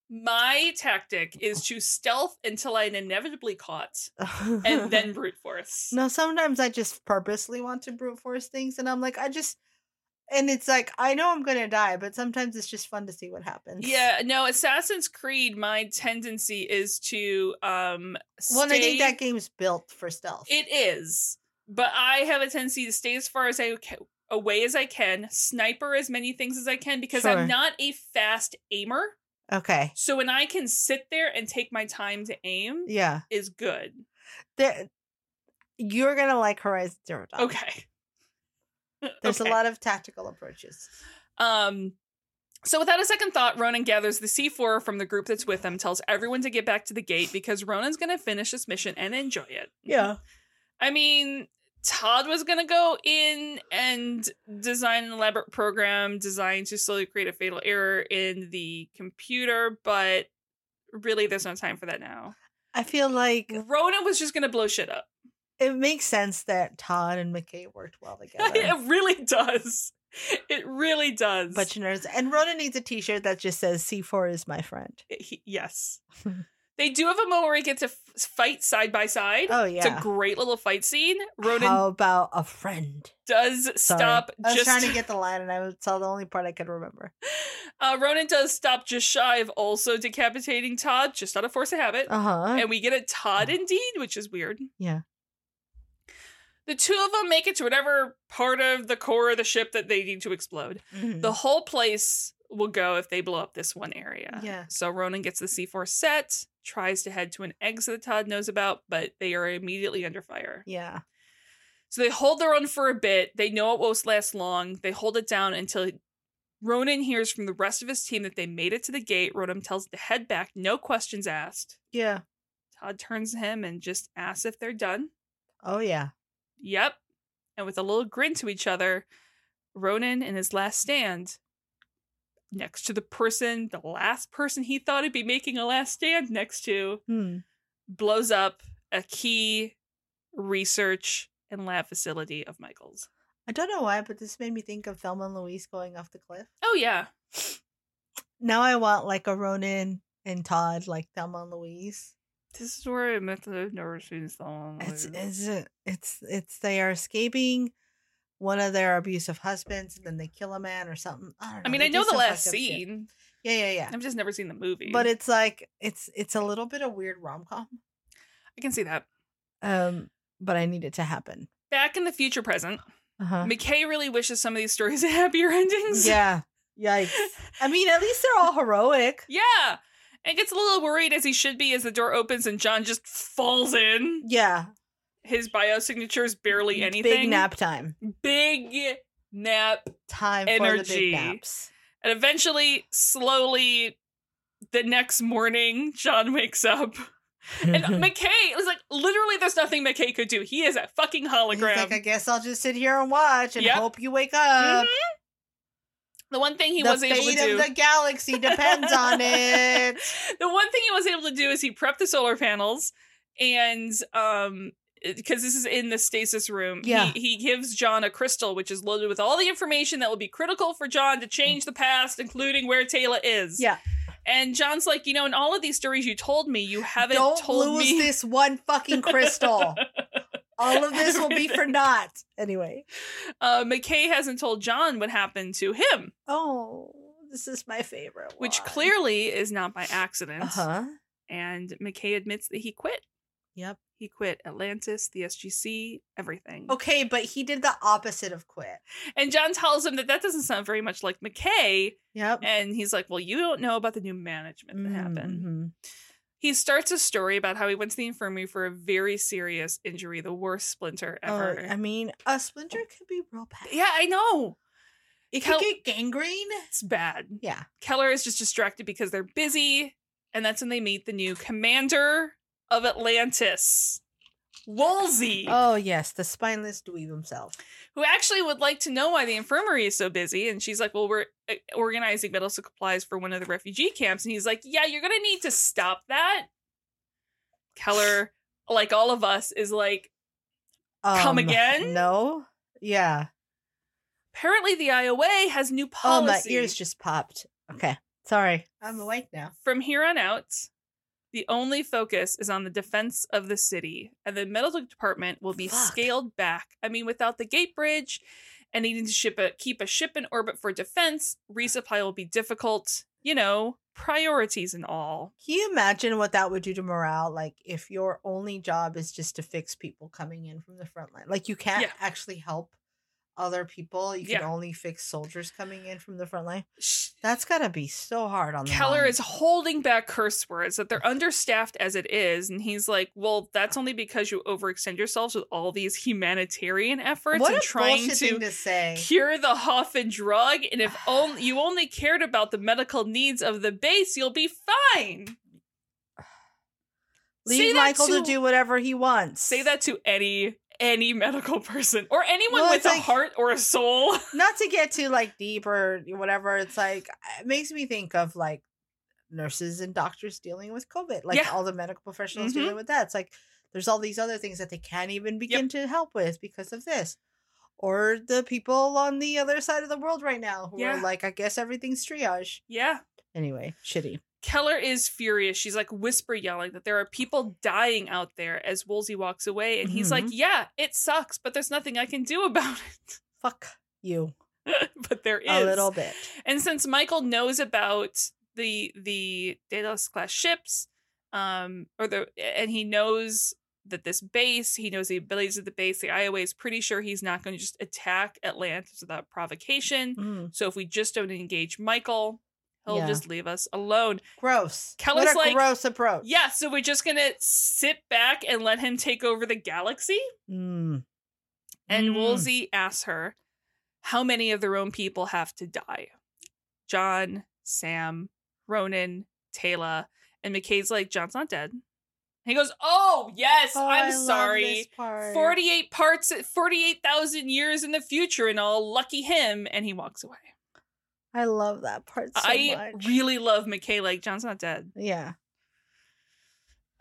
Speaker 2: My tactic is to stealth until I'm inevitably caught
Speaker 3: now.
Speaker 2: and then brute force.
Speaker 3: no, sometimes I just purposely want to brute force things, and I'm like, I just, and it's like I know I'm gonna die, but sometimes it's just fun to see what happens.
Speaker 2: Yeah, no, Assassin's Creed, my tendency is to um
Speaker 3: Well, and I think
Speaker 2: stay-
Speaker 3: that game's built for stealth.
Speaker 2: it is. But I have a tendency to stay as far as I ca- away as I can, sniper as many things as I can because
Speaker 3: Sure.
Speaker 2: I'm not a fast aimer.
Speaker 3: okay.
Speaker 2: So when I can sit there and take my time to aim
Speaker 3: Yeah.
Speaker 2: is good.
Speaker 3: There, you're gonna like Horizon Zero Dawn.
Speaker 2: Okay.
Speaker 3: There's
Speaker 2: Okay.
Speaker 3: a lot of tactical approaches.
Speaker 2: Um, so without a second thought, Ronan gathers the C4 from the group that's with him, tells everyone to get back to the gate because Ronan's going to finish this mission and enjoy it. Mm-hmm. I mean, Todd was going to go in and design an elaborate program designed to slowly create a fatal error in the computer, but really there's no time for that now.
Speaker 3: I feel like
Speaker 2: Ronan was just going to blow shit up.
Speaker 3: it makes sense that Todd and McKay worked well together.
Speaker 2: it really does. It really does.
Speaker 3: Bunch of nerds. And Rhoda needs a t shirt that just says C4 is my friend.
Speaker 2: he, yes. they do have a moment where he gets to f- fight side by side.
Speaker 3: Oh,
Speaker 2: It's a
Speaker 3: yeah.
Speaker 2: great little fight scene. Ronan
Speaker 3: How about a friend?
Speaker 2: does
Speaker 3: Sorry.
Speaker 2: stop
Speaker 3: I was
Speaker 2: just
Speaker 3: trying to get the line and I was- saw the only part I could remember.
Speaker 2: uh, Ronan does stop just shy of also decapitating Todd, just out of force of habit.
Speaker 3: Uh huh.
Speaker 2: and we get a Todd indeed, which is weird.
Speaker 3: Yeah.
Speaker 2: The two of them make it to whatever part of the core of the ship that they need to explode.
Speaker 3: Mm-hmm.
Speaker 2: The whole place will go if they blow up this one area.
Speaker 3: Yeah.
Speaker 2: So Ronan gets the C4 set, tries to head to an exit that Todd knows about, but they are immediately under fire.
Speaker 3: yeah.
Speaker 2: So they hold their own for a bit. They know it won't last long. They hold it down until Ronan hears from the rest of his team that they made it to the gate. Ronan tells them to head back, no questions asked.
Speaker 3: Yeah.
Speaker 2: Todd turns to him and just asks if they're done.
Speaker 3: Oh, yeah.
Speaker 2: Yep. And with a little grin to each other, Ronan in his last stand, next to the person, the last person he thought he'd be making a last stand next to,
Speaker 3: Hmm.
Speaker 2: blows up a key research and lab facility of Michael's.
Speaker 3: I don't know why, but this made me think of Thelma and Louise going off the cliff.
Speaker 2: Oh yeah.
Speaker 3: Now I want like a Ronan and Todd, like Thelma and Louise.
Speaker 2: This is where I met the I've never seen someone.
Speaker 3: It's
Speaker 2: like-
Speaker 3: it's a- it's it's they are escaping one of their abusive husbands, and then they kill a man or something. I don't know.
Speaker 2: I mean,
Speaker 3: They
Speaker 2: I
Speaker 3: do
Speaker 2: know the
Speaker 3: some
Speaker 2: last
Speaker 3: fucked up shit.
Speaker 2: scene.
Speaker 3: Yeah, yeah, yeah.
Speaker 2: I've just never seen the movie.
Speaker 3: But it's like it's it's a little bit of weird rom com.
Speaker 2: I can see that.
Speaker 3: Um, but I need it to happen.
Speaker 2: Back in the future present,
Speaker 3: Uh huh.
Speaker 2: McKay really wishes some of these stories had happier endings.
Speaker 3: Yeah. Yikes. I mean, at least they're all heroic.
Speaker 2: Yeah. And gets a little worried as he should be as the door opens and John just falls in.
Speaker 3: Yeah.
Speaker 2: His biosignature is barely anything.
Speaker 3: Big nap time.
Speaker 2: Big nap.
Speaker 3: Time for the
Speaker 2: Energy.
Speaker 3: big naps.
Speaker 2: And eventually, slowly, the next morning, John wakes up. And McKay was like, literally, there's nothing McKay could do. He is a fucking
Speaker 3: He's
Speaker 2: hologram.
Speaker 3: like, I guess I'll just sit here and watch and
Speaker 2: Yep.
Speaker 3: hope you wake up.
Speaker 2: Mhm. The one thing he
Speaker 3: the
Speaker 2: was
Speaker 3: fate
Speaker 2: able to do.
Speaker 3: of the galaxy depends on it.
Speaker 2: the one thing he was able to do is he prepped the solar panels and um because this is in the stasis room
Speaker 3: Yeah.
Speaker 2: he, he gives john a crystal which is loaded with all the information that will be critical for john to change the past including where taylor is
Speaker 3: Mm. Yeah.
Speaker 2: and john's like you know in all of these stories you told me you haven't
Speaker 3: Don't
Speaker 2: told
Speaker 3: lose
Speaker 2: me
Speaker 3: this one fucking crystal. All of this will be for naught. Anyway.
Speaker 2: uh mckay hasn't told john what happened to him
Speaker 3: Oh, this is my favorite.
Speaker 2: which
Speaker 3: one.
Speaker 2: clearly is not by accident
Speaker 3: Uh-huh.
Speaker 2: and mckay admits that he quit
Speaker 3: Yep.
Speaker 2: he quit atlantis the sgc everything
Speaker 3: Okay, but he did the opposite of quit.
Speaker 2: And John tells him that that doesn't sound very much like McKay.
Speaker 3: Yep.
Speaker 2: And he's like, Well, you don't know about the new management that happened.
Speaker 3: Mhm.
Speaker 2: He starts a story about how he went to the infirmary for a very serious injury, the worst splinter ever.
Speaker 3: Oh, I mean, a splinter could be real bad.
Speaker 2: yeah, I know.
Speaker 3: It
Speaker 2: Kel-
Speaker 3: could get gangrene.
Speaker 2: It's bad.
Speaker 3: Yeah.
Speaker 2: Keller is just distracted because they're busy. And that's when they meet the new commander of Atlantis, Wolsey,
Speaker 3: Oh yes, the spineless dweeb himself.
Speaker 2: who actually would like to know why the infirmary is so busy. And she's like, Well, we're uh, organizing medical supplies for one of the refugee camps. And he's like, Yeah, you're going to need to stop that. Keller, like all of us, is like, Come again?
Speaker 3: Um, No. Yeah.
Speaker 2: Apparently, the IOA has new
Speaker 3: Oh, my
Speaker 2: policy.
Speaker 3: ears just popped. Okay, sorry. I'm awake now.
Speaker 2: From here on out, the only focus is on the defense of the city, and the medical department will be
Speaker 3: Fuck.
Speaker 2: scaled back. I mean, without the gate bridge and needing to ship a, keep a ship in orbit for defense, resupply will be difficult. You know, priorities and all.
Speaker 3: Can you imagine what that would do to morale? Like, if your only job is just to fix people coming in from the front line, like you can't
Speaker 2: Yeah.
Speaker 3: actually help other people. You can
Speaker 2: Yeah.
Speaker 3: only fix soldiers coming in from the front line.
Speaker 2: Sh-
Speaker 3: That's gotta be so hard on the
Speaker 2: Keller
Speaker 3: mind.
Speaker 2: is holding back curse words that they're understaffed as it is, and he's like, "Well, that's only because you overextend yourselves with all these humanitarian efforts
Speaker 3: what
Speaker 2: and
Speaker 3: a
Speaker 2: trying
Speaker 3: bullshit thing to say.
Speaker 2: cure the Hoffman drug, and if only you only cared about the medical needs of the base, you'll be fine. say
Speaker 3: Leave
Speaker 2: that
Speaker 3: Michael to
Speaker 2: to-
Speaker 3: do whatever he wants.
Speaker 2: Say that to any any medical person or anyone
Speaker 3: Well,
Speaker 2: with
Speaker 3: it's
Speaker 2: a
Speaker 3: like-
Speaker 2: heart or a soul.
Speaker 3: not to get too like deep or whatever it's like it makes me think of like nurses and doctors dealing with covid like
Speaker 2: Yeah.
Speaker 3: all the medical professionals
Speaker 2: Mhm.
Speaker 3: dealing with that it's like there's all these other things that they can't even begin to help with because of this or the people on the other side of the world right now who
Speaker 2: Yeah.
Speaker 3: are like i guess everything's triage
Speaker 2: Yeah.
Speaker 3: anyway shitty
Speaker 2: Keller is furious. She's like whisper yelling that there are people dying out there as Woolsey walks away. And he's like,
Speaker 3: Mhm.
Speaker 2: Yeah, it sucks, but there's nothing I can do about
Speaker 3: fuck you
Speaker 2: it. but there is.
Speaker 3: a little bit
Speaker 2: And since Michael knows about the the Daedalus class ships, um, or the and he knows that this base, he knows the abilities of the base, the IOA is pretty sure he's not going to just attack Atlantis without provocation.
Speaker 3: Mm,
Speaker 2: So if we just don't engage Michael, he'll
Speaker 3: Yeah.
Speaker 2: just leave us alone.
Speaker 3: gross
Speaker 2: Keller's
Speaker 3: what a
Speaker 2: like-
Speaker 3: gross approach
Speaker 2: Yeah, so we're just gonna sit back and let him take over the galaxy.
Speaker 3: Mm.
Speaker 2: And
Speaker 3: Mm.
Speaker 2: Woolsey asks her how many of their own people have to die. John, Sam, Ronan, Taylor. And McKay's like, John's not dead. He goes, "Oh yes,
Speaker 3: Oh, I
Speaker 2: I'm
Speaker 3: love this
Speaker 2: sorry.
Speaker 3: part.
Speaker 2: Forty-eight parts, forty-eight thousand years in the future, and all. Lucky him." And he walks away.
Speaker 3: I love that part so
Speaker 2: I
Speaker 3: much.
Speaker 2: really love McKay. Like John's not dead.
Speaker 3: yeah.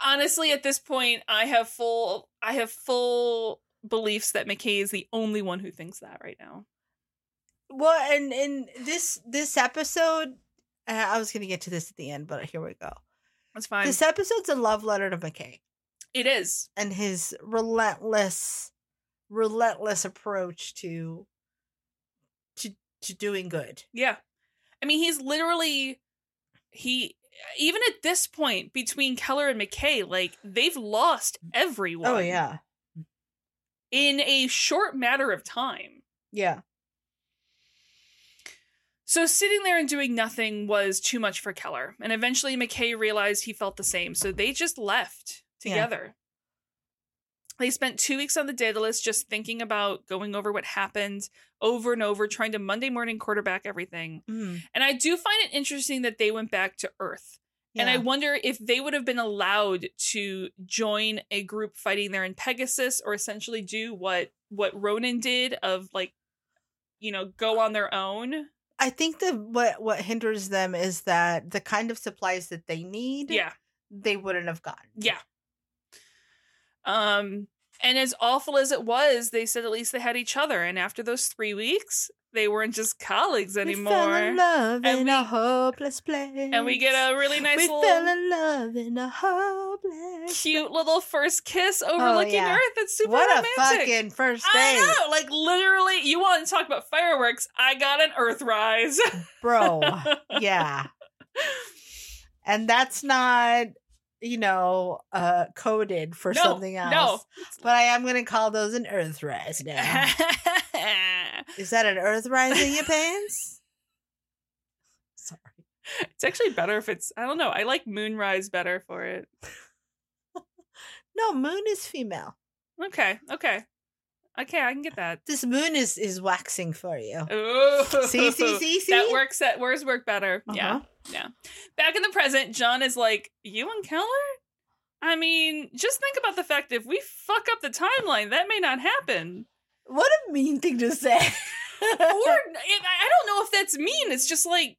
Speaker 2: Honestly, at this point, I have full, I have full beliefs that McKay is the only one who thinks that right now.
Speaker 3: Well, and and this this episode, uh, I was gonna get to this at the end, but here we go.
Speaker 2: That's fine.
Speaker 3: this episode's a love letter to McKay
Speaker 2: it is.
Speaker 3: and his relentless, relentless approach to to to doing good.
Speaker 2: Yeah. I mean, he's literally he even at this point between Keller and McKay, like they've lost everyone.
Speaker 3: Oh yeah,
Speaker 2: In a short matter of time.
Speaker 3: yeah.
Speaker 2: So sitting there and doing nothing was too much for Keller, and eventually McKay realized he felt the same, so they just left
Speaker 3: Yeah.
Speaker 2: together. They spent two weeks on the Daedalus just thinking about going over what happened over and over, trying to Monday morning quarterback everything.
Speaker 3: Mm,
Speaker 2: And I do find it interesting that they went back to Earth. And I
Speaker 3: yeah.
Speaker 2: wonder if they would have been allowed to join a group fighting there in Pegasus or essentially do what what Ronan did of like you know go on their own.
Speaker 3: I think that what what hinders them is that the kind of supplies that they need,
Speaker 2: Yeah.
Speaker 3: they wouldn't have gotten.
Speaker 2: Yeah. Um and as awful as it was, they said at least they had each other and after those 3 weeks, they weren't just colleagues
Speaker 3: We fell in
Speaker 2: anymore.
Speaker 3: love
Speaker 2: And
Speaker 3: in a
Speaker 2: we-
Speaker 3: hopeless place,
Speaker 2: And we get a really nice
Speaker 3: we
Speaker 2: little
Speaker 3: fell in love in a hopeless.
Speaker 2: cute little first kiss overlooking
Speaker 3: Oh, yeah.
Speaker 2: Earth. It's super
Speaker 3: what
Speaker 2: romantic.
Speaker 3: a fucking first
Speaker 2: I
Speaker 3: date,
Speaker 2: know, like literally, you want to talk about fireworks? I got an Earthrise.
Speaker 3: bro. yeah. And that's not, you know, uh coded for
Speaker 2: No,
Speaker 3: something else.
Speaker 2: no.
Speaker 3: But I am gonna call those an earthrise now.
Speaker 2: it's
Speaker 3: Is that an earthrise in your pants? Sorry.
Speaker 2: actually better if it's. I don't know. I like Moonrise better for it.
Speaker 3: No, moon is female.
Speaker 2: Okay, okay, okay. I can get that.
Speaker 3: This moon is is waxing for you.
Speaker 2: Ooh.
Speaker 3: See, see, see, see.
Speaker 2: That works. That words work better. Yeah.
Speaker 3: Uh-huh.
Speaker 2: Back in the present, John is like, "You and Keller." I mean, just think about the fact that if we fuck up the timeline, that may not happen.
Speaker 3: What a mean thing to
Speaker 2: or
Speaker 3: say.
Speaker 2: it, I I don't know if that's mean. It's just like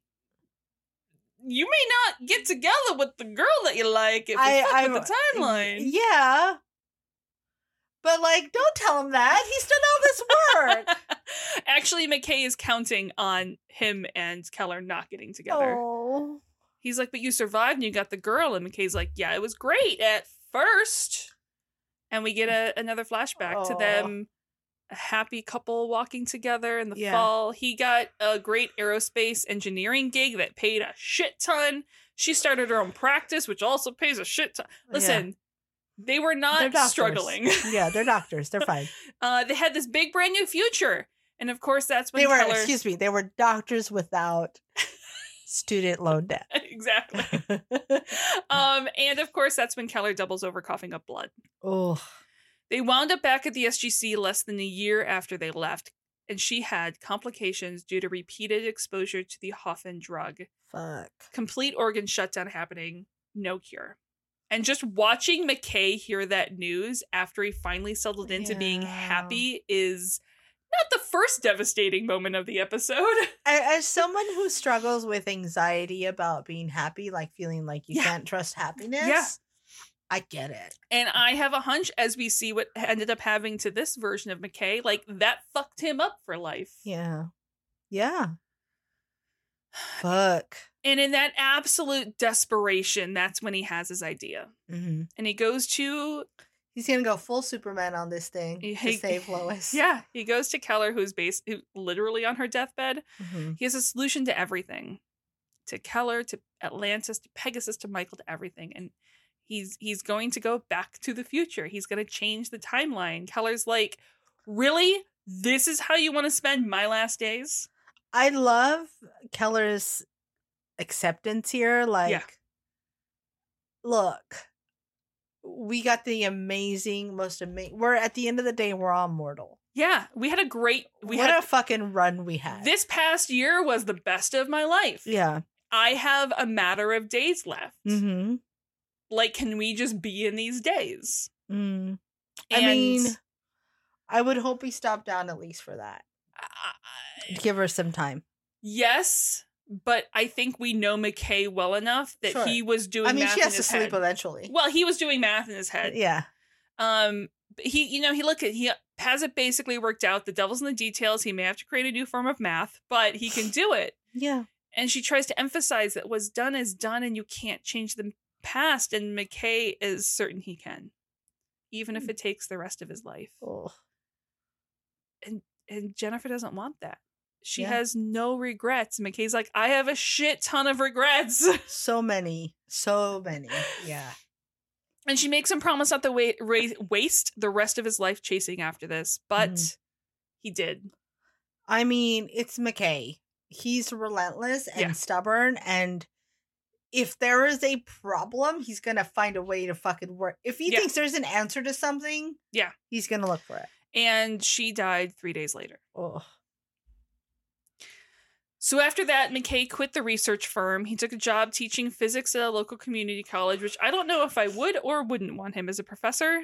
Speaker 2: you may not get together with the girl that you like if you
Speaker 3: I-
Speaker 2: fuck
Speaker 3: I'm-
Speaker 2: with the timeline.
Speaker 3: yeah. But like, don't tell him that. He's done all this work.
Speaker 2: Actually, McKay is counting on him and Keller not getting together.
Speaker 3: Oh.
Speaker 2: He's like, "But you survived and you got the girl." And McKay's like, "Yeah, it was great at first. And we get a, another flashback to
Speaker 3: Aw.
Speaker 2: them, a happy couple walking together in the
Speaker 3: Yeah.
Speaker 2: fall. He got a great aerospace engineering gig that paid a shit ton. She started her own practice, which also pays a shit ton. Listen, they were
Speaker 3: They're
Speaker 2: not
Speaker 3: doctors.
Speaker 2: struggling.
Speaker 3: yeah, they're doctors. They're fine.
Speaker 2: Uh, they had this big brand new future. And of course, that's when
Speaker 3: they were,
Speaker 2: Keller-
Speaker 3: excuse me, they were doctors without student loan debt.
Speaker 2: exactly. um, and of course, that's when Keller doubles over, coughing up blood.
Speaker 3: oh,
Speaker 2: They wound up back at the SGC less than a year after they left, and she had complications due to repeated exposure to the Hoffen drug,
Speaker 3: fuck.
Speaker 2: complete organ shutdown happening, no cure. And just watching McKay hear that news after he finally settled into being
Speaker 3: Yeah.
Speaker 2: happy is not the first devastating moment of the episode.
Speaker 3: I, as someone who struggles with anxiety about being happy, like feeling like you
Speaker 2: Yeah.
Speaker 3: can't trust happiness,
Speaker 2: Yeah.
Speaker 3: I get it.
Speaker 2: And I have a hunch, as we see what ended up having to this version of McKay, like that fucked him up for life.
Speaker 3: Yeah. Yeah. Fuck.
Speaker 2: And in that absolute desperation, that's when he has his idea.
Speaker 3: hmm
Speaker 2: And he goes to
Speaker 3: He's going to go full Superman on this thing to
Speaker 2: He-
Speaker 3: save Lois.
Speaker 2: yeah, he goes to Keller who's based who, literally on her deathbed.
Speaker 3: Mhm.
Speaker 2: He has a solution to everything. To Keller, to Atlantis, to Pegasus, to Michael, to everything. And he's he's going to go back to the future. He's going to change the timeline. Keller's like, "Really? This is how you want to spend my last days?"
Speaker 3: I love Keller's acceptance here. Like, look, we got the amazing, most amazing. We're at the end of the day, we're all mortal.
Speaker 2: Yeah, we had a great we
Speaker 3: what
Speaker 2: had
Speaker 3: a fucking run we had.
Speaker 2: this past year was the best of my life.
Speaker 3: yeah.
Speaker 2: I have a matter of days left.
Speaker 3: Mm-hmm.
Speaker 2: like can we just be in these days
Speaker 3: Mm. I
Speaker 2: And-
Speaker 3: mean, I would hope he stopped down at least for that.
Speaker 2: I-
Speaker 3: Give her some time.
Speaker 2: yes but i think we know mckay well enough that
Speaker 3: Sure.
Speaker 2: he was doing
Speaker 3: I mean,
Speaker 2: math
Speaker 3: she
Speaker 2: in
Speaker 3: has to
Speaker 2: his
Speaker 3: sleep
Speaker 2: head.
Speaker 3: eventually.
Speaker 2: well he was doing math in his head
Speaker 3: Yeah.
Speaker 2: Um, but he, you know, he look at he has it basically worked out. The devil's in the details. He may have to create a new form of math, but he can do it.
Speaker 3: Yeah.
Speaker 2: And she tries to emphasize that what's done is done, and you can't change the past. And McKay is certain he can, even
Speaker 3: Hmm.
Speaker 2: if it takes the rest of his life.
Speaker 3: Oh.
Speaker 2: And Jennifer doesn't want that. She
Speaker 3: Yeah.
Speaker 2: has no regrets. McKay's like, I have a shit ton of regrets.
Speaker 3: So many. So many. Yeah.
Speaker 2: And she makes him promise not to wa- ra- waste the rest of his life chasing after this, but
Speaker 3: Mhm.
Speaker 2: he did.
Speaker 3: I mean, it's McKay. He's relentless and
Speaker 2: Yeah.
Speaker 3: stubborn and if there is a problem, he's gonna find a way to fucking work. If he
Speaker 2: Yeah.
Speaker 3: thinks there's an answer to something,
Speaker 2: Yeah.
Speaker 3: he's gonna look for it.
Speaker 2: And she died three days later.
Speaker 3: Oh,
Speaker 2: So after that, McKay quit the research firm. He took a job teaching physics at a local community college, which I don't know if I would or wouldn't want him as a professor.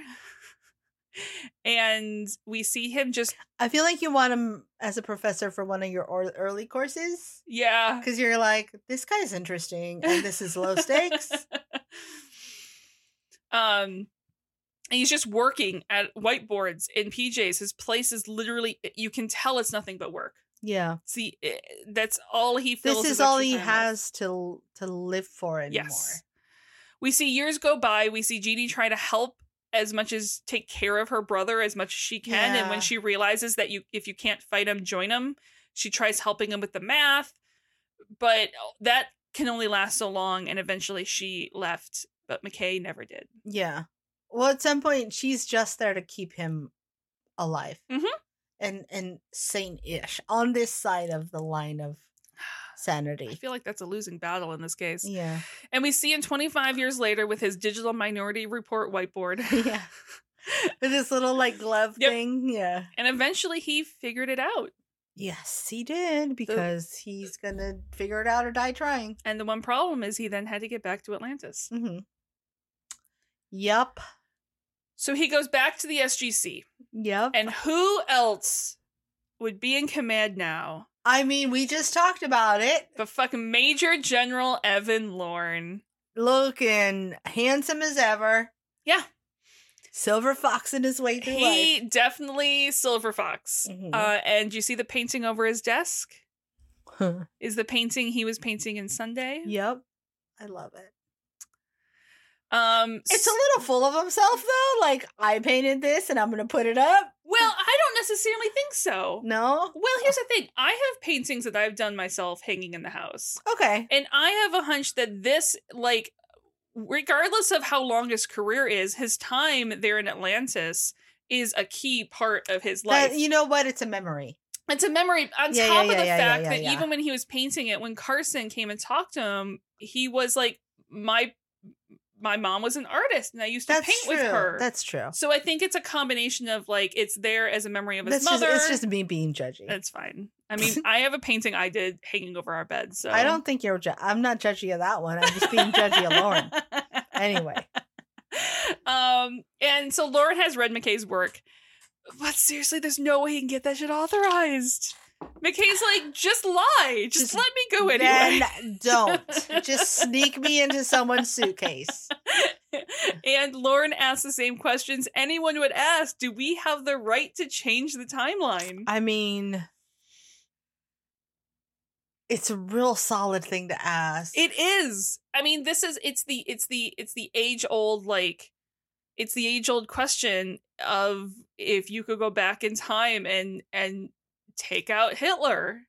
Speaker 2: and we see him just,
Speaker 3: I feel like you want him as a professor for one of your or- early courses
Speaker 2: yeah.
Speaker 3: because you're like, this guy's interesting and this is low stakes.
Speaker 2: um, and he's just working at whiteboards in PJs. His place is literally, you can tell it's nothing but work.
Speaker 3: yeah,
Speaker 2: See, eh, that's all he feels.
Speaker 3: this is all he
Speaker 2: has.
Speaker 3: has to to live for anymore.
Speaker 2: Yes. We see years go by. We see Jeannie try to help as much as take care of her brother as much as she can. And
Speaker 3: Yeah.
Speaker 2: when she realizes that you if you can't fight him, join him, she tries helping him with the math. But oh, that can only last so long and eventually she left, but McKay never did.
Speaker 3: Yeah. Well, at some point, she's just there to keep him alive
Speaker 2: Mhm.
Speaker 3: and and sane-ish on this side of the line of
Speaker 2: I
Speaker 3: sanity.
Speaker 2: feel like that's a losing battle in this case.
Speaker 3: Yeah,
Speaker 2: And we see him 25 years later with his digital minority report whiteboard.
Speaker 3: yeah. With this little like glove
Speaker 2: Yep.
Speaker 3: thing. Yeah.
Speaker 2: and eventually he figured it out.
Speaker 3: Yes, he did because he's gonna figure it out or die trying.
Speaker 2: And the one problem is he then had to get back to Atlantis.
Speaker 3: Mm-hmm. Yep.
Speaker 2: So he goes back to the SGC.
Speaker 3: Yep.
Speaker 2: And who else would be in command now
Speaker 3: I mean, we just talked about it.
Speaker 2: but fucking Major General Evan Lorne?
Speaker 3: Looking handsome as ever.
Speaker 2: Yeah.
Speaker 3: Silver foxing his way through
Speaker 2: He
Speaker 3: life.
Speaker 2: definitely Silver Fox.
Speaker 3: Mhm.
Speaker 2: Uh, and you see the painting over his desk? Is the painting he was painting in Sunday?
Speaker 3: yep. I love it.
Speaker 2: Um,
Speaker 3: It's a
Speaker 2: s-
Speaker 3: little full of himself though. Like I painted this and I'm gonna put it up.
Speaker 2: well, I don't necessarily think so.
Speaker 3: No.
Speaker 2: Well, here's the thing I have paintings that I've done myself hanging in the house.
Speaker 3: Okay.
Speaker 2: And I have a hunch that this, like, regardless of how long his career is, his time there in Atlantis is a key part of his life.
Speaker 3: That, you know what? It's a memory.
Speaker 2: it's a memory on
Speaker 3: Yeah,
Speaker 2: top
Speaker 3: yeah,
Speaker 2: of the
Speaker 3: yeah, yeah,
Speaker 2: fact
Speaker 3: yeah,
Speaker 2: that
Speaker 3: yeah.
Speaker 2: even when he was painting it, when Carson came and talked to him, he was like, My my mom was an artist and I used to
Speaker 3: That's
Speaker 2: paint
Speaker 3: true.
Speaker 2: with her.
Speaker 3: That's true.
Speaker 2: so I think it's a combination of like it's there as a memory of his
Speaker 3: That's just,
Speaker 2: mother.
Speaker 3: it's just me being judgy.
Speaker 2: That's fine. I mean, I have a painting I did hanging over our bed. So
Speaker 3: I don't think you're. Ju- I'm not judgy of that one. I'm just being judgy of Lauren. Anyway,
Speaker 2: um, and so Lauren has read McKay's work, but seriously, there's no way he can get that shit authorized. McKay's like, just lie, just,
Speaker 3: Just
Speaker 2: let me go anyway.
Speaker 3: then don't just sneak me into someone's suitcase.
Speaker 2: and Lauren asks the same questions anyone would ask: Do we have the right to change the timeline?
Speaker 3: I mean, it's a real solid thing to ask.
Speaker 2: It is. I mean, this is it's the it's the it's the age old like it's the age old question of if you could go back in time and and take out Hitler.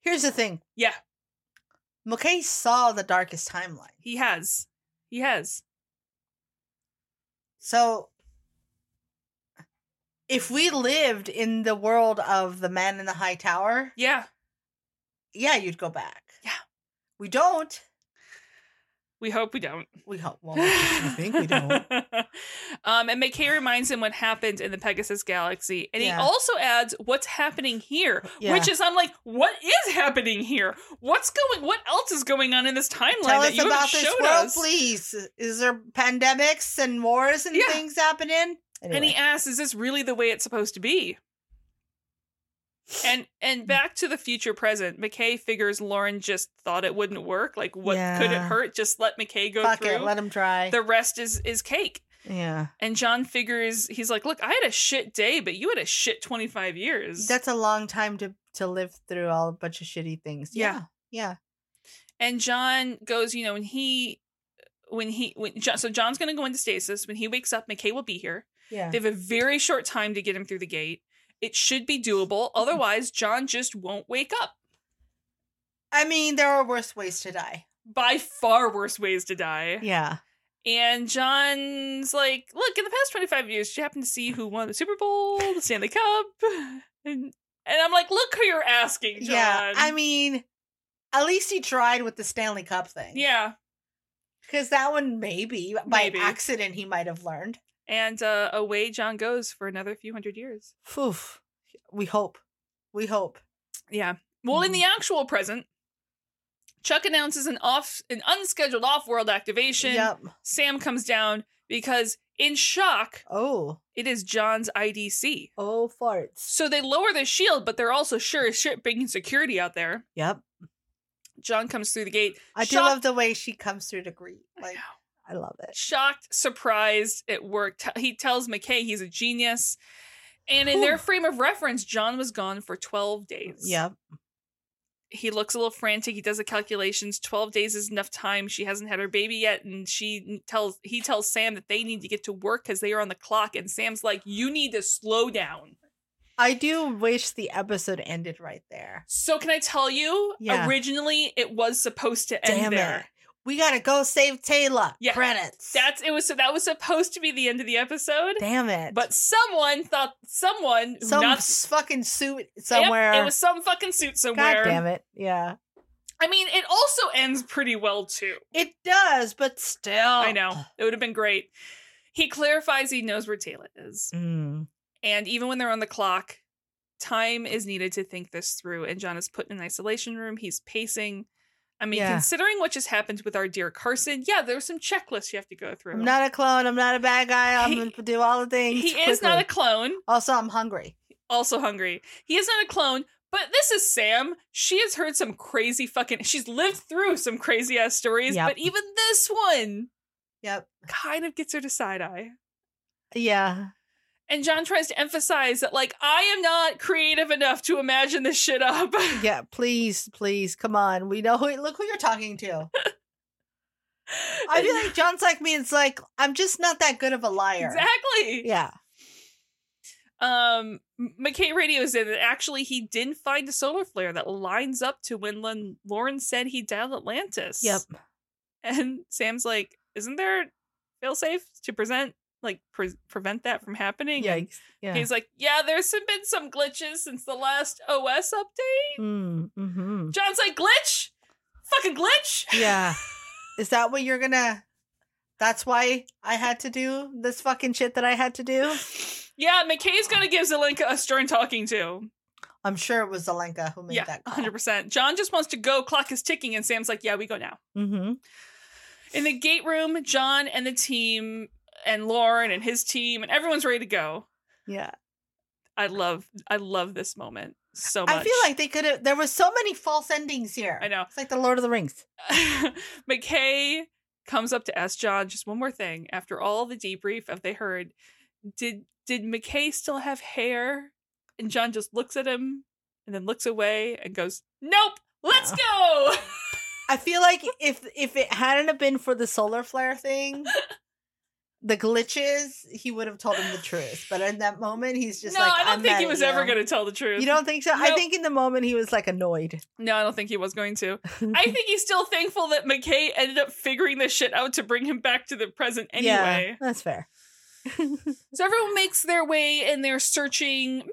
Speaker 3: Here's the thing.
Speaker 2: Yeah.
Speaker 3: McKay saw the darkest timeline.
Speaker 2: He has. He has.
Speaker 3: So if we lived in the world of the man in the high tower,
Speaker 2: Yeah.
Speaker 3: yeah, you'd go back.
Speaker 2: Yeah.
Speaker 3: We don't.
Speaker 2: We hope we don't.
Speaker 3: We hope. Well, Oh, I think we don't.
Speaker 2: um, and McKay reminds him what happened in the Pegasus Galaxy, and
Speaker 3: Yeah.
Speaker 2: he also adds what's happening here,
Speaker 3: Yeah.
Speaker 2: which is I'm like, what is happening here? What's going? What else is going on in this timeline
Speaker 3: Tell
Speaker 2: that
Speaker 3: us
Speaker 2: you haven't
Speaker 3: about this
Speaker 2: showed
Speaker 3: world,
Speaker 2: us?
Speaker 3: please. Is there pandemics and wars and
Speaker 2: Yeah.
Speaker 3: things happening?
Speaker 2: And he
Speaker 3: Anyway.
Speaker 2: asks, "Is this really the way it's supposed to be?" And
Speaker 3: Hmm.
Speaker 2: and back to the future present, McKay figures Lauren just thought it wouldn't work. Like, what could it
Speaker 3: Yeah.
Speaker 2: hurt? Just let McKay go
Speaker 3: Fuck
Speaker 2: through.
Speaker 3: it, let him try.
Speaker 2: the rest is is cake.
Speaker 3: yeah,
Speaker 2: And John figures he's like, "Look, I had a shit day, but you had a shit 25 years."
Speaker 3: that's a long time to to live through all a bunch of shitty things.
Speaker 2: Yeah.
Speaker 3: yeah,
Speaker 2: and John goes, you know, and he when he when John, so John's going to go into stasis. When he wakes up, McKay will be here.
Speaker 3: yeah.
Speaker 2: They have a very short time to get him through the gate. It should be doable. Otherwise, John just won't wake up.
Speaker 3: I mean, there are worse ways to die.
Speaker 2: By far worse ways to die.
Speaker 3: Yeah,
Speaker 2: And John's like, look, in the past 25 years, did you happen to see who won the Super Bowl, the Stanley Cup? And, and I'm like, look who you're asking, John.
Speaker 3: yeah. I mean, at least he tried with the Stanley Cup thing.
Speaker 2: yeah.
Speaker 3: because that one maybe by
Speaker 2: Maybe.
Speaker 3: accident he might have learned.
Speaker 2: And uh, away John goes for another few hundred years.
Speaker 3: Phew. We hope. We hope.
Speaker 2: Yeah. Well, in the
Speaker 3: Mm-hmm.
Speaker 2: actual present, Chuck announces an off an unscheduled off-world activation.
Speaker 3: Yep.
Speaker 2: Sam comes down because in shock,
Speaker 3: Oh.
Speaker 2: it is John's IDC.
Speaker 3: Oh farts.
Speaker 2: So they lower the shield, but they're also sure as shit bringing security out there.
Speaker 3: Yep.
Speaker 2: John comes through the gate.
Speaker 3: I do
Speaker 2: shocked,
Speaker 3: love the way she comes through to greet. Like I love it.
Speaker 2: shocked, surprised it worked. T- He tells McKay he's a genius. And in their
Speaker 3: Whew.
Speaker 2: frame of reference, John was gone for 12 days.
Speaker 3: Yep.
Speaker 2: he looks a little frantic. He does the calculations. Twelve days is enough time. She hasn't had her baby yet, and she tells he tells Sam that they need to get to work because they are on the clock. And Sam's like, "You need to slow down."
Speaker 3: I do wish the episode ended right there.
Speaker 2: So can I tell you?
Speaker 3: Yeah.
Speaker 2: Originally, it was supposed to end
Speaker 3: Damn
Speaker 2: there.
Speaker 3: it. We gotta go save Taylor.
Speaker 2: Yeah.
Speaker 3: Credits.
Speaker 2: That's it was so that was supposed to be the end of the episode.
Speaker 3: Damn it.
Speaker 2: But someone thought someone
Speaker 3: some
Speaker 2: not
Speaker 3: s- fucking suit
Speaker 2: Yep,
Speaker 3: somewhere.
Speaker 2: it was some fucking suit
Speaker 3: God
Speaker 2: somewhere.
Speaker 3: damn it. Yeah.
Speaker 2: I mean, it also ends pretty well too.
Speaker 3: It does, but still.
Speaker 2: I know. It would have been great. He clarifies he knows where Taylor is.
Speaker 3: Mm.
Speaker 2: And even when they're on the clock, time is needed to think this through. And John is put in an isolation room. He's pacing. I mean,
Speaker 3: Yeah.
Speaker 2: considering what just happened with our dear Carson, yeah, there's some checklists you have to go through.
Speaker 3: I'm not a clone. I'm not a bad guy. I'm
Speaker 2: He-
Speaker 3: gonna do all the things.
Speaker 2: he is not a
Speaker 3: quickly.
Speaker 2: clone,
Speaker 3: Also, I'm hungry.
Speaker 2: also hungry. He is not a clone, but this is Sam. She has heard some crazy fucking, she's lived through some crazy ass stories,
Speaker 3: Yep.
Speaker 2: but even this one
Speaker 3: Yep.
Speaker 2: kind of gets her to side eye.
Speaker 3: Yeah.
Speaker 2: And John tries to emphasize that, like, I am not creative enough to imagine this shit up.
Speaker 3: Yeah. Please, please, come on. We know who. Look who you're talking to. I feel like John's like me. It's like I'm just not that good of a liar.
Speaker 2: Exactly.
Speaker 3: Yeah.
Speaker 2: Um, M- McKay radios in that actually he didn't find a solar flare that lines up to when Lin- Lauren said he dialed Atlantis.
Speaker 3: Yep.
Speaker 2: And Sam's like, "Isn't there failsafe to present like pre- prevent that from happening?" And
Speaker 3: Yikes. Yeah.
Speaker 2: He's like, "Yeah, there's some- been some glitches since the last OS update."
Speaker 3: mm, hmm
Speaker 2: John's like, "Glitch, fucking glitch."
Speaker 3: Yeah. Is that what you're gonna? That's why I had to do this fucking shit that I had to do.
Speaker 2: Yeah, McKay's gonna give Zelenka a stern talking to.
Speaker 3: I'm sure it was Zelenka who made
Speaker 2: yeah,
Speaker 3: that call.
Speaker 2: 100%. John just wants to go. Clock is ticking, and Sam's like, "Yeah, we go now."
Speaker 3: Mm-hmm.
Speaker 2: In the gate room, John and the team and Lauren and his team and everyone's ready to go.
Speaker 3: Yeah.
Speaker 2: I love I love this moment so much.
Speaker 3: I feel like they could have. There was so many false endings here.
Speaker 2: I know.
Speaker 3: It's like the Lord of the Rings.
Speaker 2: McKay comes up to ask John just one more thing after all the debrief of they heard. Did did McKay still have hair? And John just looks at him and then looks away and goes, "Nope, let's go."
Speaker 3: I feel like if if it hadn't have been for the solar flare thing, the glitches, he would have told him the truth. But in that moment, he's just
Speaker 2: no,
Speaker 3: like,
Speaker 2: I don't
Speaker 3: "I'm
Speaker 2: think
Speaker 3: mad
Speaker 2: he
Speaker 3: at
Speaker 2: was
Speaker 3: you."
Speaker 2: ever going to tell the truth.
Speaker 3: You don't think so? I
Speaker 2: Nope.
Speaker 3: think in the moment he was like annoyed.
Speaker 2: no, I don't think he was going to. I think he's still thankful that McKay ended up figuring this shit out to bring him back to the present anyway.
Speaker 3: yeah, that's fair.
Speaker 2: So everyone makes their way and they're searching, making their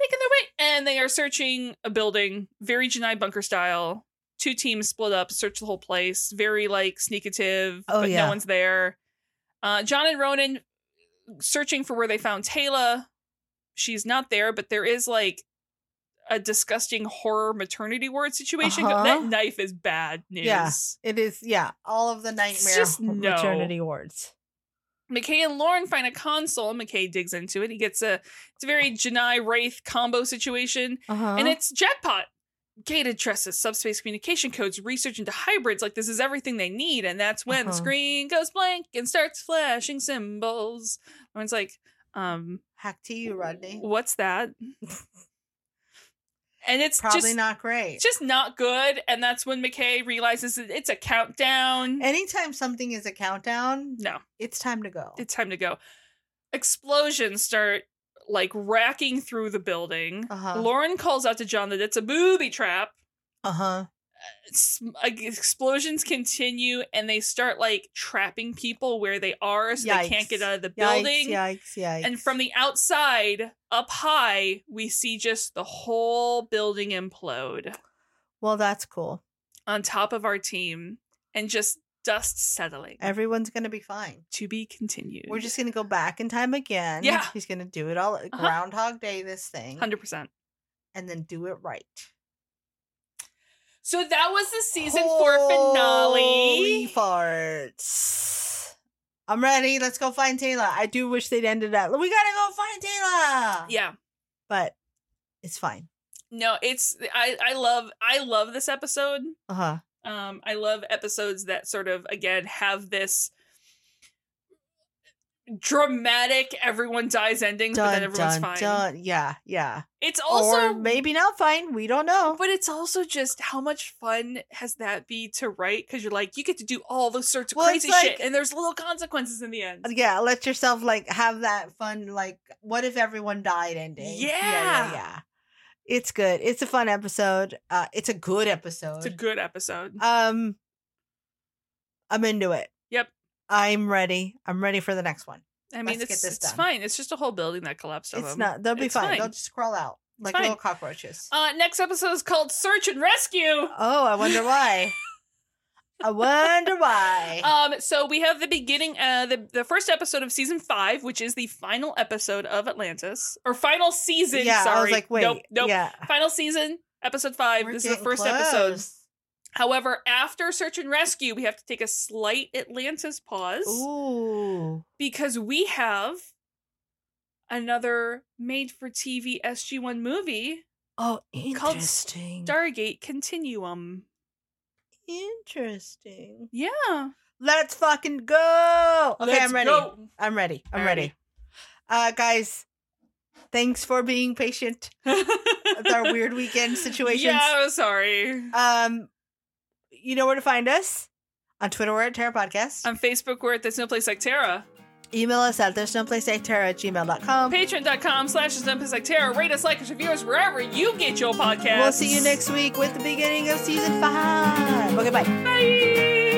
Speaker 2: way, and they are searching a building, very Janai bunker style, two teams split up, search the whole place. Very like sneakative,
Speaker 3: Oh,
Speaker 2: but
Speaker 3: yeah.
Speaker 2: no one's there. Uh, John and Ronan searching for where they found Taylor. She's not there, but there is like a disgusting horror maternity ward situation.
Speaker 3: Uh-huh.
Speaker 2: That knife is bad news.
Speaker 3: Yeah. It is, yeah, all of the
Speaker 2: It's
Speaker 3: nightmare
Speaker 2: just no.
Speaker 3: maternity wards.
Speaker 2: McKay and Lauren find a console. McKay digs into it. He gets a it's a very Janai Wraith combo situation.
Speaker 3: Uh-huh.
Speaker 2: And it's jackpot. Gated tresses, subspace communication codes, research into hybrids. Like this is everything they need. And that's when the
Speaker 3: Uh-huh.
Speaker 2: screen goes blank and starts flashing symbols. Lauren's like, um,
Speaker 3: hack to you, Rodney.
Speaker 2: what's that? and it's
Speaker 3: Probably
Speaker 2: just
Speaker 3: not great.
Speaker 2: it's just not good. And that's when McKay realizes that it's a countdown.
Speaker 3: Anytime something is a countdown,
Speaker 2: no.
Speaker 3: it's time to go.
Speaker 2: it's time to go. Explosions start like racking through the building.
Speaker 3: Uh-huh.
Speaker 2: Lauren calls out to John that it's a booby trap.
Speaker 3: Uh huh.
Speaker 2: It's, like, explosions continue and they start like trapping people where they are so they can't
Speaker 3: Yikes.
Speaker 2: get out of the
Speaker 3: Yikes,
Speaker 2: building.
Speaker 3: yikes, yikes.
Speaker 2: And from the outside, up high, we see just the whole building implode
Speaker 3: well, that's cool.
Speaker 2: on top of our team and just dust settling.
Speaker 3: Everyone's gonna be fine.
Speaker 2: to be continued.
Speaker 3: We're just gonna go back in time again.
Speaker 2: Yeah. Uh-huh.
Speaker 3: he's gonna do it all Groundhog Day. This thing,
Speaker 2: 100%.
Speaker 3: and then do it right.
Speaker 2: So that was the season four
Speaker 3: Holy
Speaker 2: finale.
Speaker 3: farts! I'm ready. Let's go find Taylor. I do wish they'd ended up. We gotta go find Taylor.
Speaker 2: Yeah.
Speaker 3: but it's fine.
Speaker 2: No, it's I I love I love this episode.
Speaker 3: Uh huh.
Speaker 2: Um I love episodes that sort of again have this dramatic everyone dies endings but then
Speaker 3: Done.
Speaker 2: everyone's
Speaker 3: Done.
Speaker 2: fine.
Speaker 3: Done. Yeah. Yeah.
Speaker 2: It's also
Speaker 3: or maybe not fine. We don't know.
Speaker 2: but it's also just how much fun has that be to write cuz you're like you get to do all those sorts of
Speaker 3: Well, it's
Speaker 2: crazy
Speaker 3: like-
Speaker 2: shit and there's little consequences in the end.
Speaker 3: yeah, let yourself like have that fun. Like, what if everyone died ending? yeah,
Speaker 2: Yeah.
Speaker 3: yeah. It's good. It's a fun episode. Uh, it's a good episode.
Speaker 2: It's a good episode.
Speaker 3: um, I'm into it.
Speaker 2: Yep.
Speaker 3: I'm ready. I'm ready for the next one.
Speaker 2: I mean
Speaker 3: let's get
Speaker 2: it's,
Speaker 3: this
Speaker 2: it's
Speaker 3: done.
Speaker 2: fine. It's just a whole building that collapsed on
Speaker 3: it's
Speaker 2: them.
Speaker 3: not. They'll be
Speaker 2: It's
Speaker 3: fine.
Speaker 2: fine.
Speaker 3: They'll just crawl out like
Speaker 2: fine.
Speaker 3: little cockroaches.
Speaker 2: Uh, next episode is called Search and Rescue.
Speaker 3: oh, I wonder why. I wonder why.
Speaker 2: Um, so we have the beginning, uh, the the first episode of season five, which is the final episode of Atlantis, or final season.
Speaker 3: yeah,
Speaker 2: sorry,
Speaker 3: I was like, wait,
Speaker 2: nope, nope.
Speaker 3: yeah.
Speaker 2: Final season, episode 5
Speaker 3: We're
Speaker 2: this is the
Speaker 3: getting
Speaker 2: first episode.
Speaker 3: close.
Speaker 2: However, after Search and Rescue, we have to take a slight Atlantis pause
Speaker 3: Ooh.
Speaker 2: because we have another made-for-TV SG-1 movie,
Speaker 3: Oh,
Speaker 2: Called
Speaker 3: interesting.
Speaker 2: Stargate Continuum.
Speaker 3: Interesting.
Speaker 2: Yeah.
Speaker 3: Let's fucking go. Okay,
Speaker 2: Let's
Speaker 3: I'm ready.
Speaker 2: go.
Speaker 3: I'm ready. I'm
Speaker 2: Alrighty.
Speaker 3: ready. Uh guys, thanks for being patient with our weird weekend situations.
Speaker 2: Yeah, I'm sorry.
Speaker 3: Um you know where to find us? On Twitter, we're at Terra Podcast.
Speaker 2: On Facebook, we're at There's No Place Like Terra.
Speaker 3: Email us at there's no place like Terra at gmail.com.
Speaker 2: Patreon.com slash There's No Place Like Terra. Rate us, like us, review us wherever you get your podcast.
Speaker 3: We'll see you next week with the beginning of season five. Okay, bye.
Speaker 2: Bye.